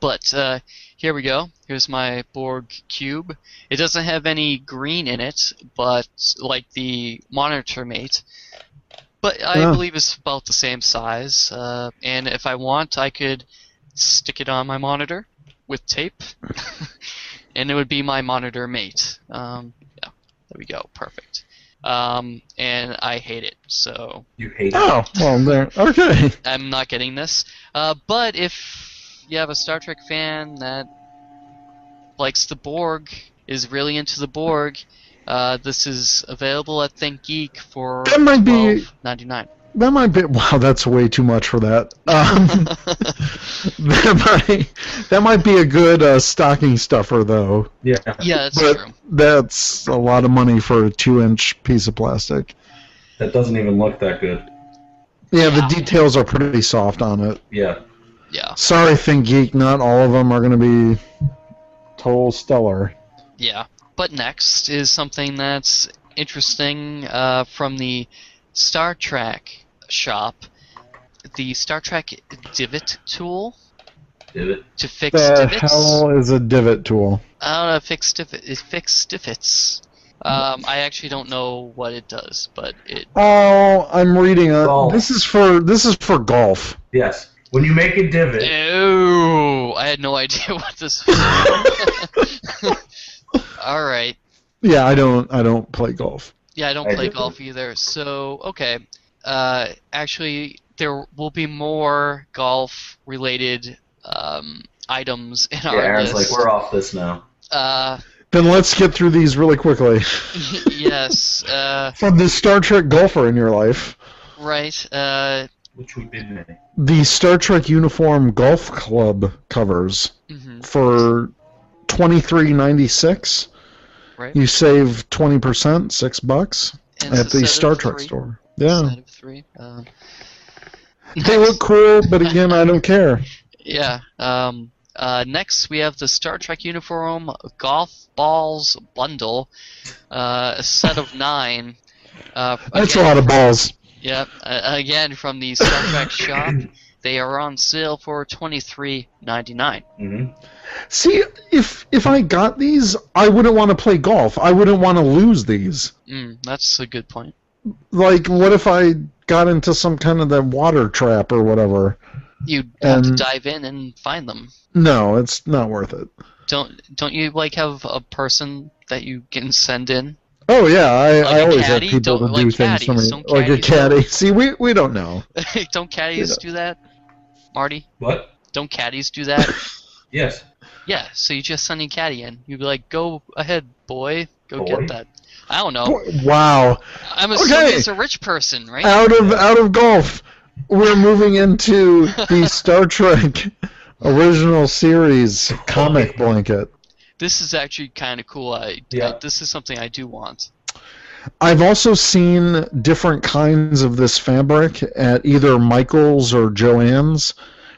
S5: But uh, here we go. Here's my Borg cube. It doesn't have any green in it, but like the monitor mate. But I
S4: Yeah.
S5: believe it's about the same size. Uh, and if I want, I could stick it on my monitor with tape, and it would be my monitor mate. Um, yeah, there we go. Perfect. Um, and I hate it, so
S3: You hate it.
S4: Oh, well, there. Okay.
S5: I'm not getting this. Uh, but if you have a Star Trek fan that likes the Borg, is really into the Borg, uh, this is available at Think Geek for
S4: That might be-
S5: $12.99.
S4: That might be. Wow, that's way too much for that. Um, that might. That might be a good uh, stocking stuffer, though.
S3: Yeah.
S5: Yeah, that's
S4: But-
S5: true.
S4: That's a lot of money for a two-inch piece of plastic.
S3: That doesn't even look that good.
S4: Yeah, the details are pretty soft on it.
S3: Yeah.
S5: Yeah,
S4: Sorry, Think Geek. Not all of them are going to be total stellar.
S5: yeah. But next is something that's interesting uh, from the Star Trek shop. The Star Trek divot tool
S3: Did it?
S5: to fix
S4: The
S5: divots.
S4: hell is a divot tool?
S5: I don't know. Fixed if Uh, it fixed stiffits. Um, I actually don't know what it does, but it.
S4: Oh, I'm reading. A,
S3: Golf.
S4: this is for this is for golf.
S3: Yes.
S6: When you make a divot,
S5: Ew! I had no idea what this. was. All right.
S4: Yeah, I don't I don't play golf.
S5: Yeah, I don't
S3: I
S5: play
S3: didn't.
S5: golf either. So okay. Uh, actually, there will be more golf-related um, items in
S3: Yeah,
S5: our
S3: Aaron's like,
S5: list.
S3: we're off this now.
S5: uh,
S4: Then let's get through these really quickly.
S5: yes. Uh,
S4: From the Star Trek golfer in your life,
S5: right. Uh,
S6: which we've been many.
S4: the Star Trek uniform golf club covers
S5: mhm,
S4: for twenty three ninety six.
S5: right.
S4: You save twenty percent, six bucks
S5: And
S4: at
S5: it's a set
S4: the
S5: of
S4: Star Trek
S5: three.
S4: store. Yeah,
S5: Set of three. Um,
S4: they look cool, but again, I don't care.
S5: Yeah. Um, Uh, next, we have the Star Trek uniform golf balls bundle, uh, a set of nine. Uh,
S4: That's a
S5: again-
S4: lot of balls.
S5: Yep. Uh, again, from the Star Trek shop, they are on sale for twenty three ninety nine.
S3: Mm-hmm.
S4: See, if if I got these, I wouldn't want to play golf. I wouldn't want to lose these.
S5: Mm, that's a good point.
S4: Like, what if I got into some kind of that water trap or whatever?
S5: You'd have to
S4: Um,
S5: dive in and find them.
S4: No, it's not worth it.
S5: Don't don't you like have a person that you can send in?
S4: Oh yeah, I,
S5: Like
S4: I
S5: a
S4: always
S5: caddy?
S4: have people
S5: Don't-
S4: to do things
S5: like
S4: for
S5: caddies,
S4: me,
S5: don't
S4: like a
S5: caddies.
S4: caddy. See, we we don't know.
S5: don't caddies do that, Marty?
S3: What?
S5: Don't caddies do that?
S3: Yes.
S5: yeah. So you just send a caddy in. You'd be like, "Go ahead, boy. Go
S3: Boy?
S5: get that." I don't know.
S4: Wow,
S5: I'm assuming
S4: Okay.
S5: it's a rich person, right?
S3: Uh-huh.
S4: out of out of golf, we're moving into the Star Trek original series comic blanket.
S5: this is actually kind of cool. I,
S3: Yeah.
S5: I- this is something I do want.
S4: I've also seen different kinds of this fabric at either Michaels or Joann's.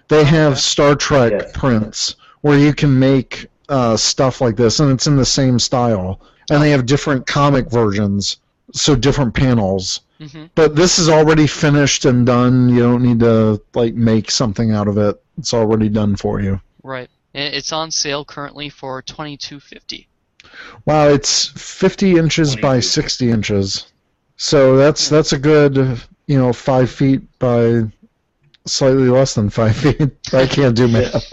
S4: They have Star Trek
S3: Yes.
S4: prints where you can make uh, stuff like this, and it's in the same style. And they have different comic versions, so different panels.
S5: hmm
S4: But this is already finished and done. You don't need to like make something out of it. It's already done for you.
S5: Right. And it's on sale currently for twenty two fifty.
S4: Wow, it's 50 inches by
S6: 22.
S4: 60 inches. So that's that's a good, you know, five feet by slightly less than five feet. I can't do math.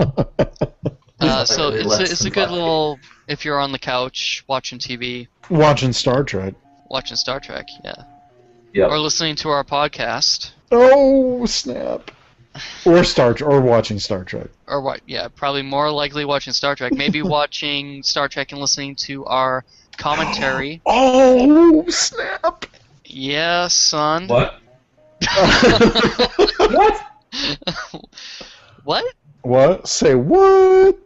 S5: Uh, so
S3: Slightly
S5: it's a,
S3: less
S5: it's a
S3: than
S5: good
S3: five.
S5: little if you're on the couch watching TV,
S4: Watching Star Trek.
S5: watching Star Trek, yeah,
S3: Yep.
S5: or listening to our podcast,
S4: Oh snap! Or Star or watching Star Trek.
S5: or what? Yeah, probably more likely watching Star Trek. Maybe watching Star Trek and listening to our commentary.
S4: Oh snap!
S5: Yeah, son.
S3: What?
S5: what?
S4: What? Say what?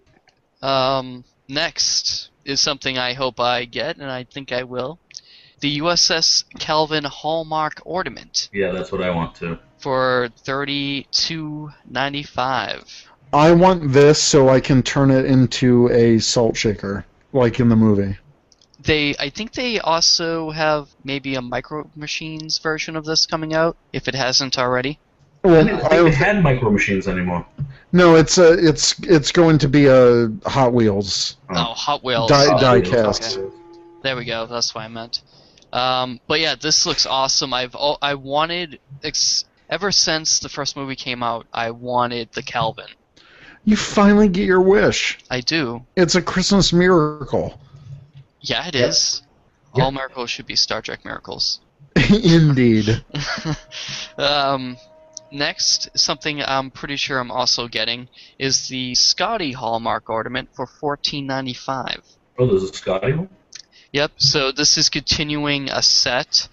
S5: Um, next is something I hope I get, and I think I will. The USS Calvin Hallmark ornament
S3: Yeah, that's what I want to.
S5: for thirty-two ninety-five.
S4: I want this so I can turn it into a salt shaker, like in the movie.
S5: They, I think they also have maybe a micro machines version of this coming out if it hasn't already.
S3: I
S4: Well,
S3: didn't think they had micro machines anymore.
S4: No, it's a, it's it's going to be a Hot Wheels.
S3: Oh.
S5: Oh, Hot Wheels.
S4: Die-
S3: Uh,
S4: Diecast.
S3: okay.
S5: There we go. That's what I meant. Um, but yeah, this looks awesome. I've al- I wanted ex- ever since the first movie came out. I wanted the Calvin.
S4: You finally get your wish.
S5: I do.
S4: It's a Christmas miracle.
S5: Yeah, it
S3: Yeah.
S5: is.
S3: Yeah.
S5: All miracles should be Star Trek miracles.
S4: Indeed.
S5: um, next, something I'm pretty sure I'm also getting is the Scotty Hallmark ornament for 14.95.
S3: Oh, there's a Scotty one?
S5: Yep. So this is continuing a set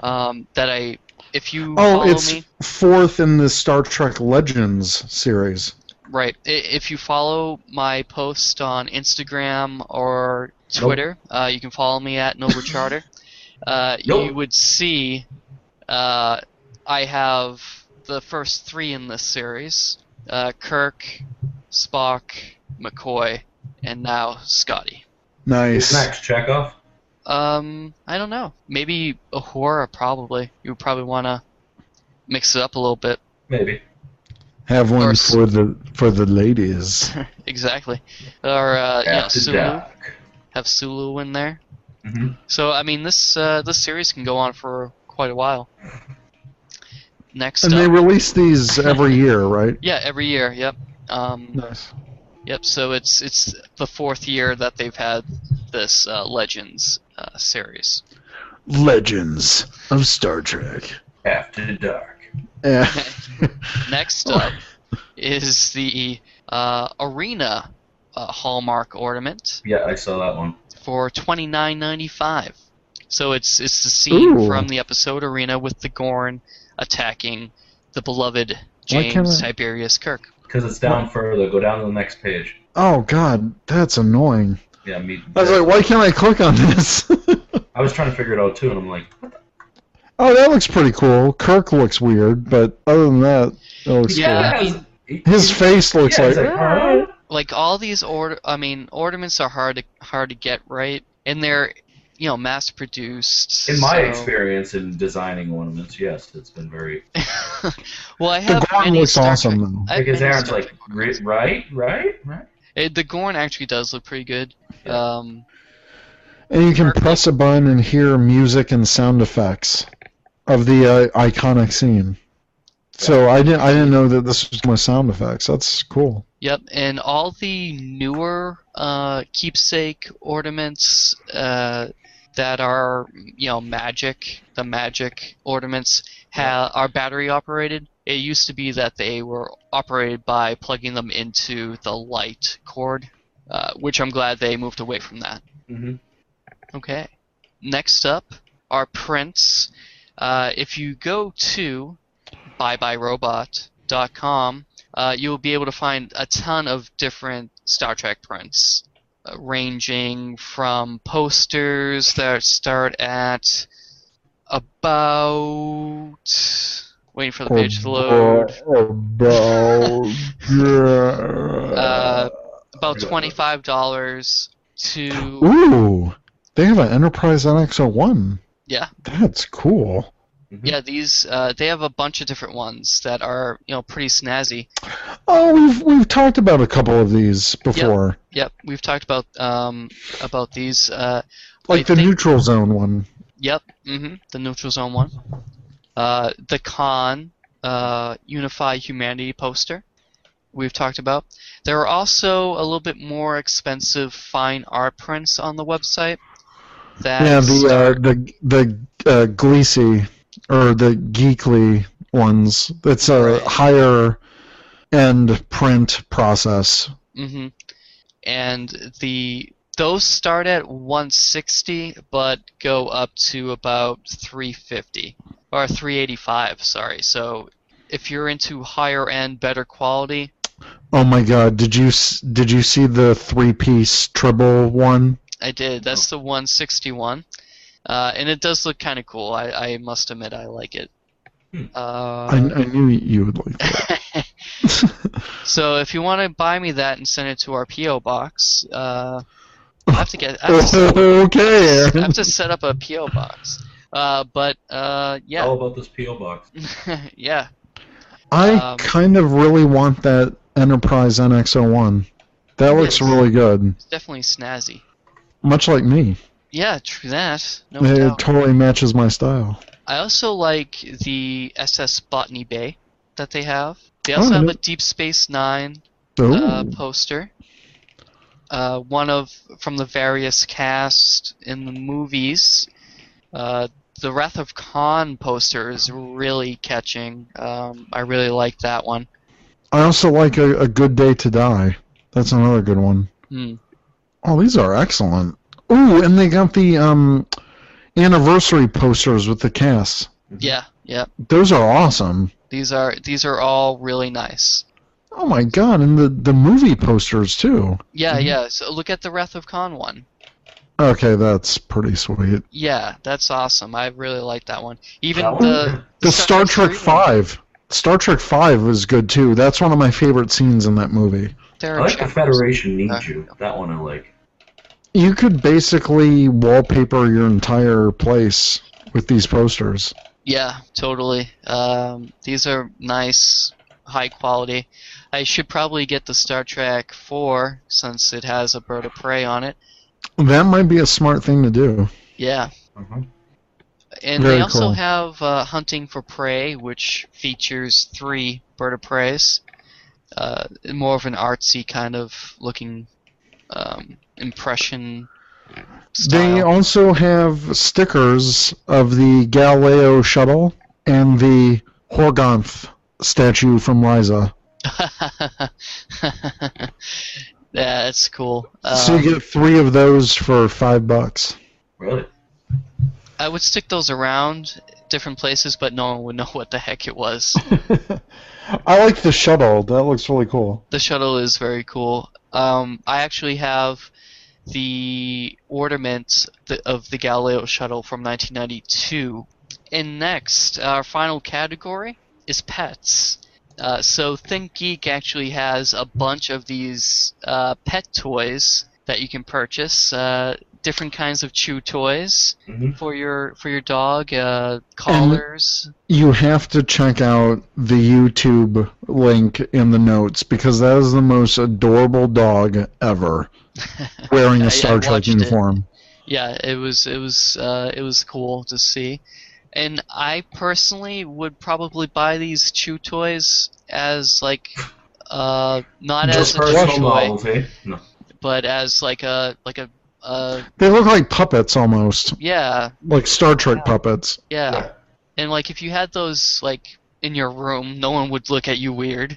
S5: um, that I, if you
S4: Oh,
S5: follow
S4: it's
S5: me,
S4: fourth in the Star Trek Legends series.
S5: right? i- If you follow my post on Instagram or Twitter, uh, you can follow me at Noble Charter. Uh,
S3: Nope.
S5: You would see uh, I have the first three in this series uh, Kirk, Spock, McCoy, and now Scotty.
S4: Nice.
S3: Who's next? Chekhov?
S5: Um, I don't know. Maybe Ahura, probably. You would probably want to mix it up a little bit.
S3: Maybe.
S4: Have
S5: Or
S4: one
S5: s-
S4: for the for the ladies.
S5: Exactly. Or, uh, you know,
S3: After
S5: Sulu.
S3: dark.
S5: Have Sulu in there.
S3: Mhm.
S5: So, I mean, this uh, this series can go on for quite a while. Next
S4: And
S5: up.
S4: they release these every year, right?
S5: Yeah, every year. Yep. Um,
S4: Nice.
S5: yep. So it's it's the fourth year that they've had this uh, Legends uh, series.
S4: Legends of Star Trek.
S3: After dark.
S4: Eh.
S5: Next up is the uh, Arena uh, Hallmark ornament
S3: Yeah, I saw that one.
S5: for twenty nine ninety five. So it's it's the scene
S4: Ooh.
S5: from the episode Arena with the Gorn attacking the beloved
S4: Why can't
S5: James
S4: I-
S5: Tiberius Kirk.
S3: Because it's down further. Go down to the next page.
S4: oh God, that's annoying.
S3: Yeah, me.
S4: I was like, why can't I click on this?
S3: I was trying to figure it out too, and I'm like,
S4: Oh, that looks pretty cool. Kirk looks weird, but other than that, it looks
S5: Yeah.
S4: cool. His face looks
S3: Yeah,
S4: like,
S3: it's like, "Huh?"
S5: like all these order I mean ornaments are hard to hard to get right and they're you know mass produced.
S3: In my
S5: so-
S3: experience in designing ornaments, yes, it's been very
S5: well, I
S4: The
S5: have
S4: Gorn
S5: many
S4: looks
S5: Star
S4: awesome,
S5: Trek-
S4: though.
S5: I have
S3: because
S5: many
S3: Aaron's
S5: Star
S3: like
S5: Trek
S3: "Ri-
S5: ornaments.
S3: right, right, right.
S5: It- the Gorn actually does look pretty good.
S3: Yeah.
S5: Um,
S4: And you can
S5: Perfect.
S4: press a button and hear music and sound effects of the uh, iconic scene. So I didn't I didn't know that this was my sound effects. That's cool.
S5: Yep, and all the newer uh, keepsake ornaments uh, that are you know magic, the magic ornaments ha- are battery operated. It used to be that they were operated by plugging them into the light cord, uh, which I'm glad they moved away from that.
S3: Mhm.
S5: Okay. Next up are prints. Uh, if you go to byebyerobot.com, uh, you'll be able to find a ton of different Star Trek prints, uh, ranging from posters that start at about. Waiting for the page to load. Uh, about twenty-five dollars to
S4: Ooh, they have an Enterprise NX-01.
S5: yeah,
S4: That's cool.
S5: yeah. These uh, they have a bunch of different ones that are you know pretty snazzy.
S4: Oh, we've we've talked about a couple of these before,
S5: Yep, we've talked about um about these. Uh,
S4: like
S5: I
S4: the
S5: think-
S4: neutral zone one.
S5: Yep. hmm The neutral zone one. Uh, the con uh, unify humanity poster we've talked about. There are also a little bit more expensive fine art prints on the website. That
S4: Yeah, the uh,
S5: start-
S4: the the uh, Gleesy or the Geekly ones. It's a
S5: Right.
S4: higher end print process.
S5: hmm And the those start at 160, but go up to about 350 or 385. Sorry. So if you're into higher end, better quality,
S4: Oh my God! Did you s- did you see the three piece triple one?
S5: I did. That's the 161, uh, and it does look kind of cool. I, I must admit, I like it.
S4: I,
S5: Uh,
S4: I knew you would like.
S5: so if you want to buy me that and send it to our PO box, uh, I have to get. I have to, set,
S4: okay,
S5: I
S4: Aaron.
S5: have to set up a PO box. Uh, but
S3: All
S4: Oh.
S5: uh, yeah,
S3: about this PO box.
S5: yeah.
S4: I
S5: Um,
S4: kind of really want that Enterprise NX-01. That looks
S5: Yes.
S4: really good.
S5: It's definitely snazzy.
S4: Much like me.
S5: Yeah, true that. No
S4: it
S5: doubt.
S4: totally matches my style.
S5: I also like the SS Botany Bay that they have. They
S4: Oh,
S5: also have
S4: no-
S5: a Deep Space Nine
S4: Ooh.
S5: uh, poster. Uh, one of from the various cast in the movies. Uh, the Wrath of Khan poster is really catching. Um, I really like that one.
S4: I also like a, a Good Day to Die. That's another good one.
S5: Hmm.
S4: Oh, these are excellent. Ooh, and they got the um, anniversary posters with the cast.
S5: Yeah, yeah.
S4: Those are awesome.
S5: These are these are all really nice.
S4: Oh my god, and the, the movie posters too.
S5: Yeah, yeah. So look at the Wrath of Khan one.
S4: Okay, that's pretty sweet.
S5: Yeah, that's awesome. I really like that one. Even
S6: That one?
S5: the
S4: The Star Trek
S5: three one,
S4: Five. Star Trek Five was good too. That's one of my favorite scenes in that movie.
S5: there
S3: I
S5: are
S3: like the
S5: chapters.
S3: Federation
S5: Uh,
S3: needs you. That one I like.
S4: You could basically wallpaper your entire place with these posters.
S5: Yeah, totally. Um, these are nice, high quality. I should probably get the Star Trek 4 since it has a bird of prey on it.
S4: That might be a smart thing to do.
S5: Yeah.
S4: Mm-hmm.
S6: Uh-huh.
S5: And
S4: Very
S5: they also
S4: cool.
S5: have uh, Hunting for Prey, which features three bird of preys. Uh, more of an artsy kind of looking um, impression
S4: They
S5: style.
S4: also have stickers of the Galileo shuttle and the Horgonth statue from Liza.
S5: yeah, that's cool.
S4: so you
S5: Um,
S4: get three of those for five bucks.
S3: Really?
S5: I would stick those around different places, but no one would know what the heck it was.
S4: I like the shuttle. That looks really cool.
S5: the shuttle is very cool. Um, I actually have the ornament th- of the Galileo shuttle from 1992. And next, our final category is pets. Uh, so Think Geek actually has a bunch of these uh, pet toys that you can purchase. Uh, different kinds of chew toys
S6: Mhm.
S5: for your for your dog. Uh, collars.
S4: You have to check out the YouTube link in the notes because that is the most adorable dog ever wearing
S5: I- I
S4: a Star Trek
S5: watched it.
S4: uniform.
S5: yeah, it was it was uh, it was cool to see. And I personally would probably buy these chew toys as like uh, not
S3: Just
S5: as a chew
S3: personal
S5: toy,
S3: novelty. No.
S5: but as like a like a uh,
S4: They look like puppets almost,
S5: yeah,
S4: like Star Trek puppets.
S5: yeah
S6: Yeah.
S5: and like if you had those like in your room, no one would look at you weird.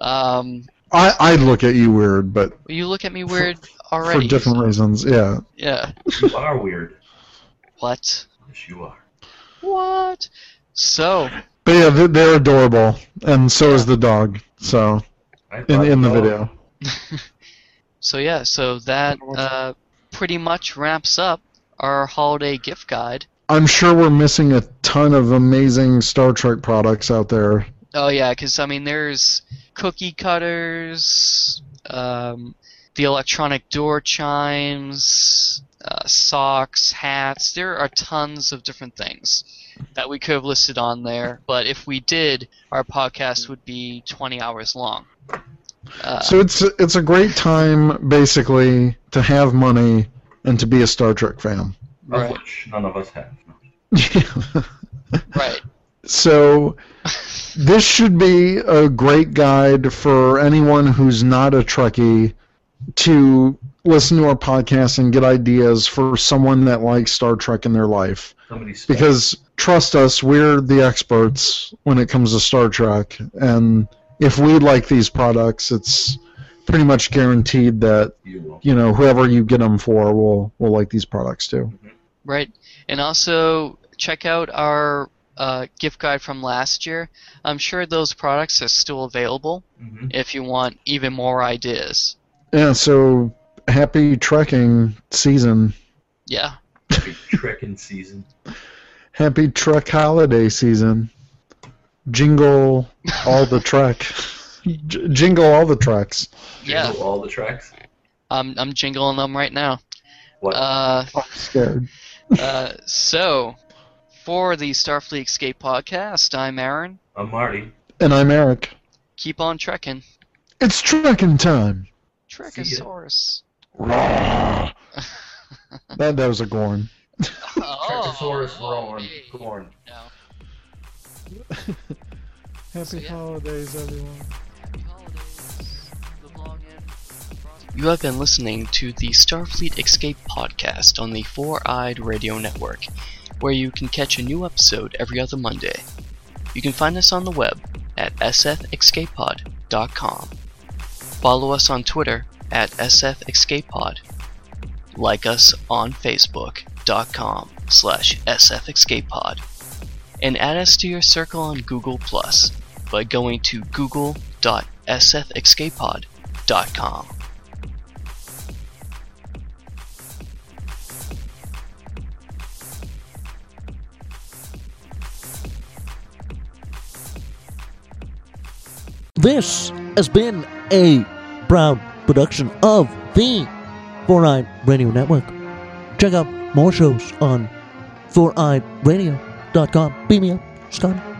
S5: Um,
S4: I, I'd look at you weird, but
S5: you look at me weird
S4: for
S5: already.
S4: different reasons, yeah.
S5: yeah.
S6: You are weird.
S5: What?
S6: Yes, you are.
S5: What? So
S4: But yeah, they're, they're adorable, and so is the dog. So
S6: I
S4: in
S6: thought
S4: in the
S6: so.
S4: video,
S5: so yeah, so that uh, pretty much wraps up our holiday gift guide.
S4: I'm sure we're missing a ton of amazing Star Trek products out there.
S5: Oh yeah, because I mean, there's cookie cutters, um, the electronic door chimes, uh, socks, hats. There are tons of different things that we could have listed on there, but if we did, our podcast would be 20 hours long. Uh,
S4: So it's it's a great time basically to have money and to be a Star Trek fan.
S6: Of
S5: Right.
S6: which none of us have.
S5: right.
S4: so this should be a great guide for anyone who's not a Trekkie to listen to our podcast and get ideas for someone that likes Star Trek in their life.
S6: Somebody stole
S4: because trust us, we're the experts when it comes to Star Trek, and if we like these products, it's pretty much guaranteed that
S6: you will.
S4: you know whoever you get them for will will like these products too.
S5: Right. And also check out our uh, gift guide from last year. I'm sure those products are still available
S6: Mhm.
S5: if you want even more ideas.
S4: Yeah, so happy trekking season,
S5: Yeah.
S6: Big trekking season.
S4: happy Trek holiday season. Jingle all the Trek, J- jingle all the Treks.
S5: Yeah.
S6: Jingle All the tracks.
S5: I'm, I'm jingling them right now.
S6: What?
S5: Uh,
S4: I'm scared.
S5: uh, so, for the Starfleet Escape podcast, I'm Aaron.
S6: I'm Marty.
S4: And I'm Eric.
S5: Keep on trekking.
S4: It's trekking time.
S5: Trekosaurus.
S4: Rawr. that that was a Gorn.
S5: Oh.
S6: Trekosaurus roaring.
S5: hey,
S6: Gorn.
S5: no.
S4: Happy
S5: So, yeah.
S4: holidays, everyone.
S5: Happy holidays. Live long and prosper. You have been listening to the Starfleet Escape podcast on the Four Eyed Radio Network, where you can catch a new episode every other Monday. You can find us on the web at sfescapepod.com. Follow us on Twitter at sfescapepod. Like us on facebook.com slash sfescapepod. And add us to your circle on Google Plus by going to google.sfescapepod.com.
S1: This has been a proud production of the Four Eyed Radio Network. Check out more shows on foureyedradio.com. Beam me up, Scotty.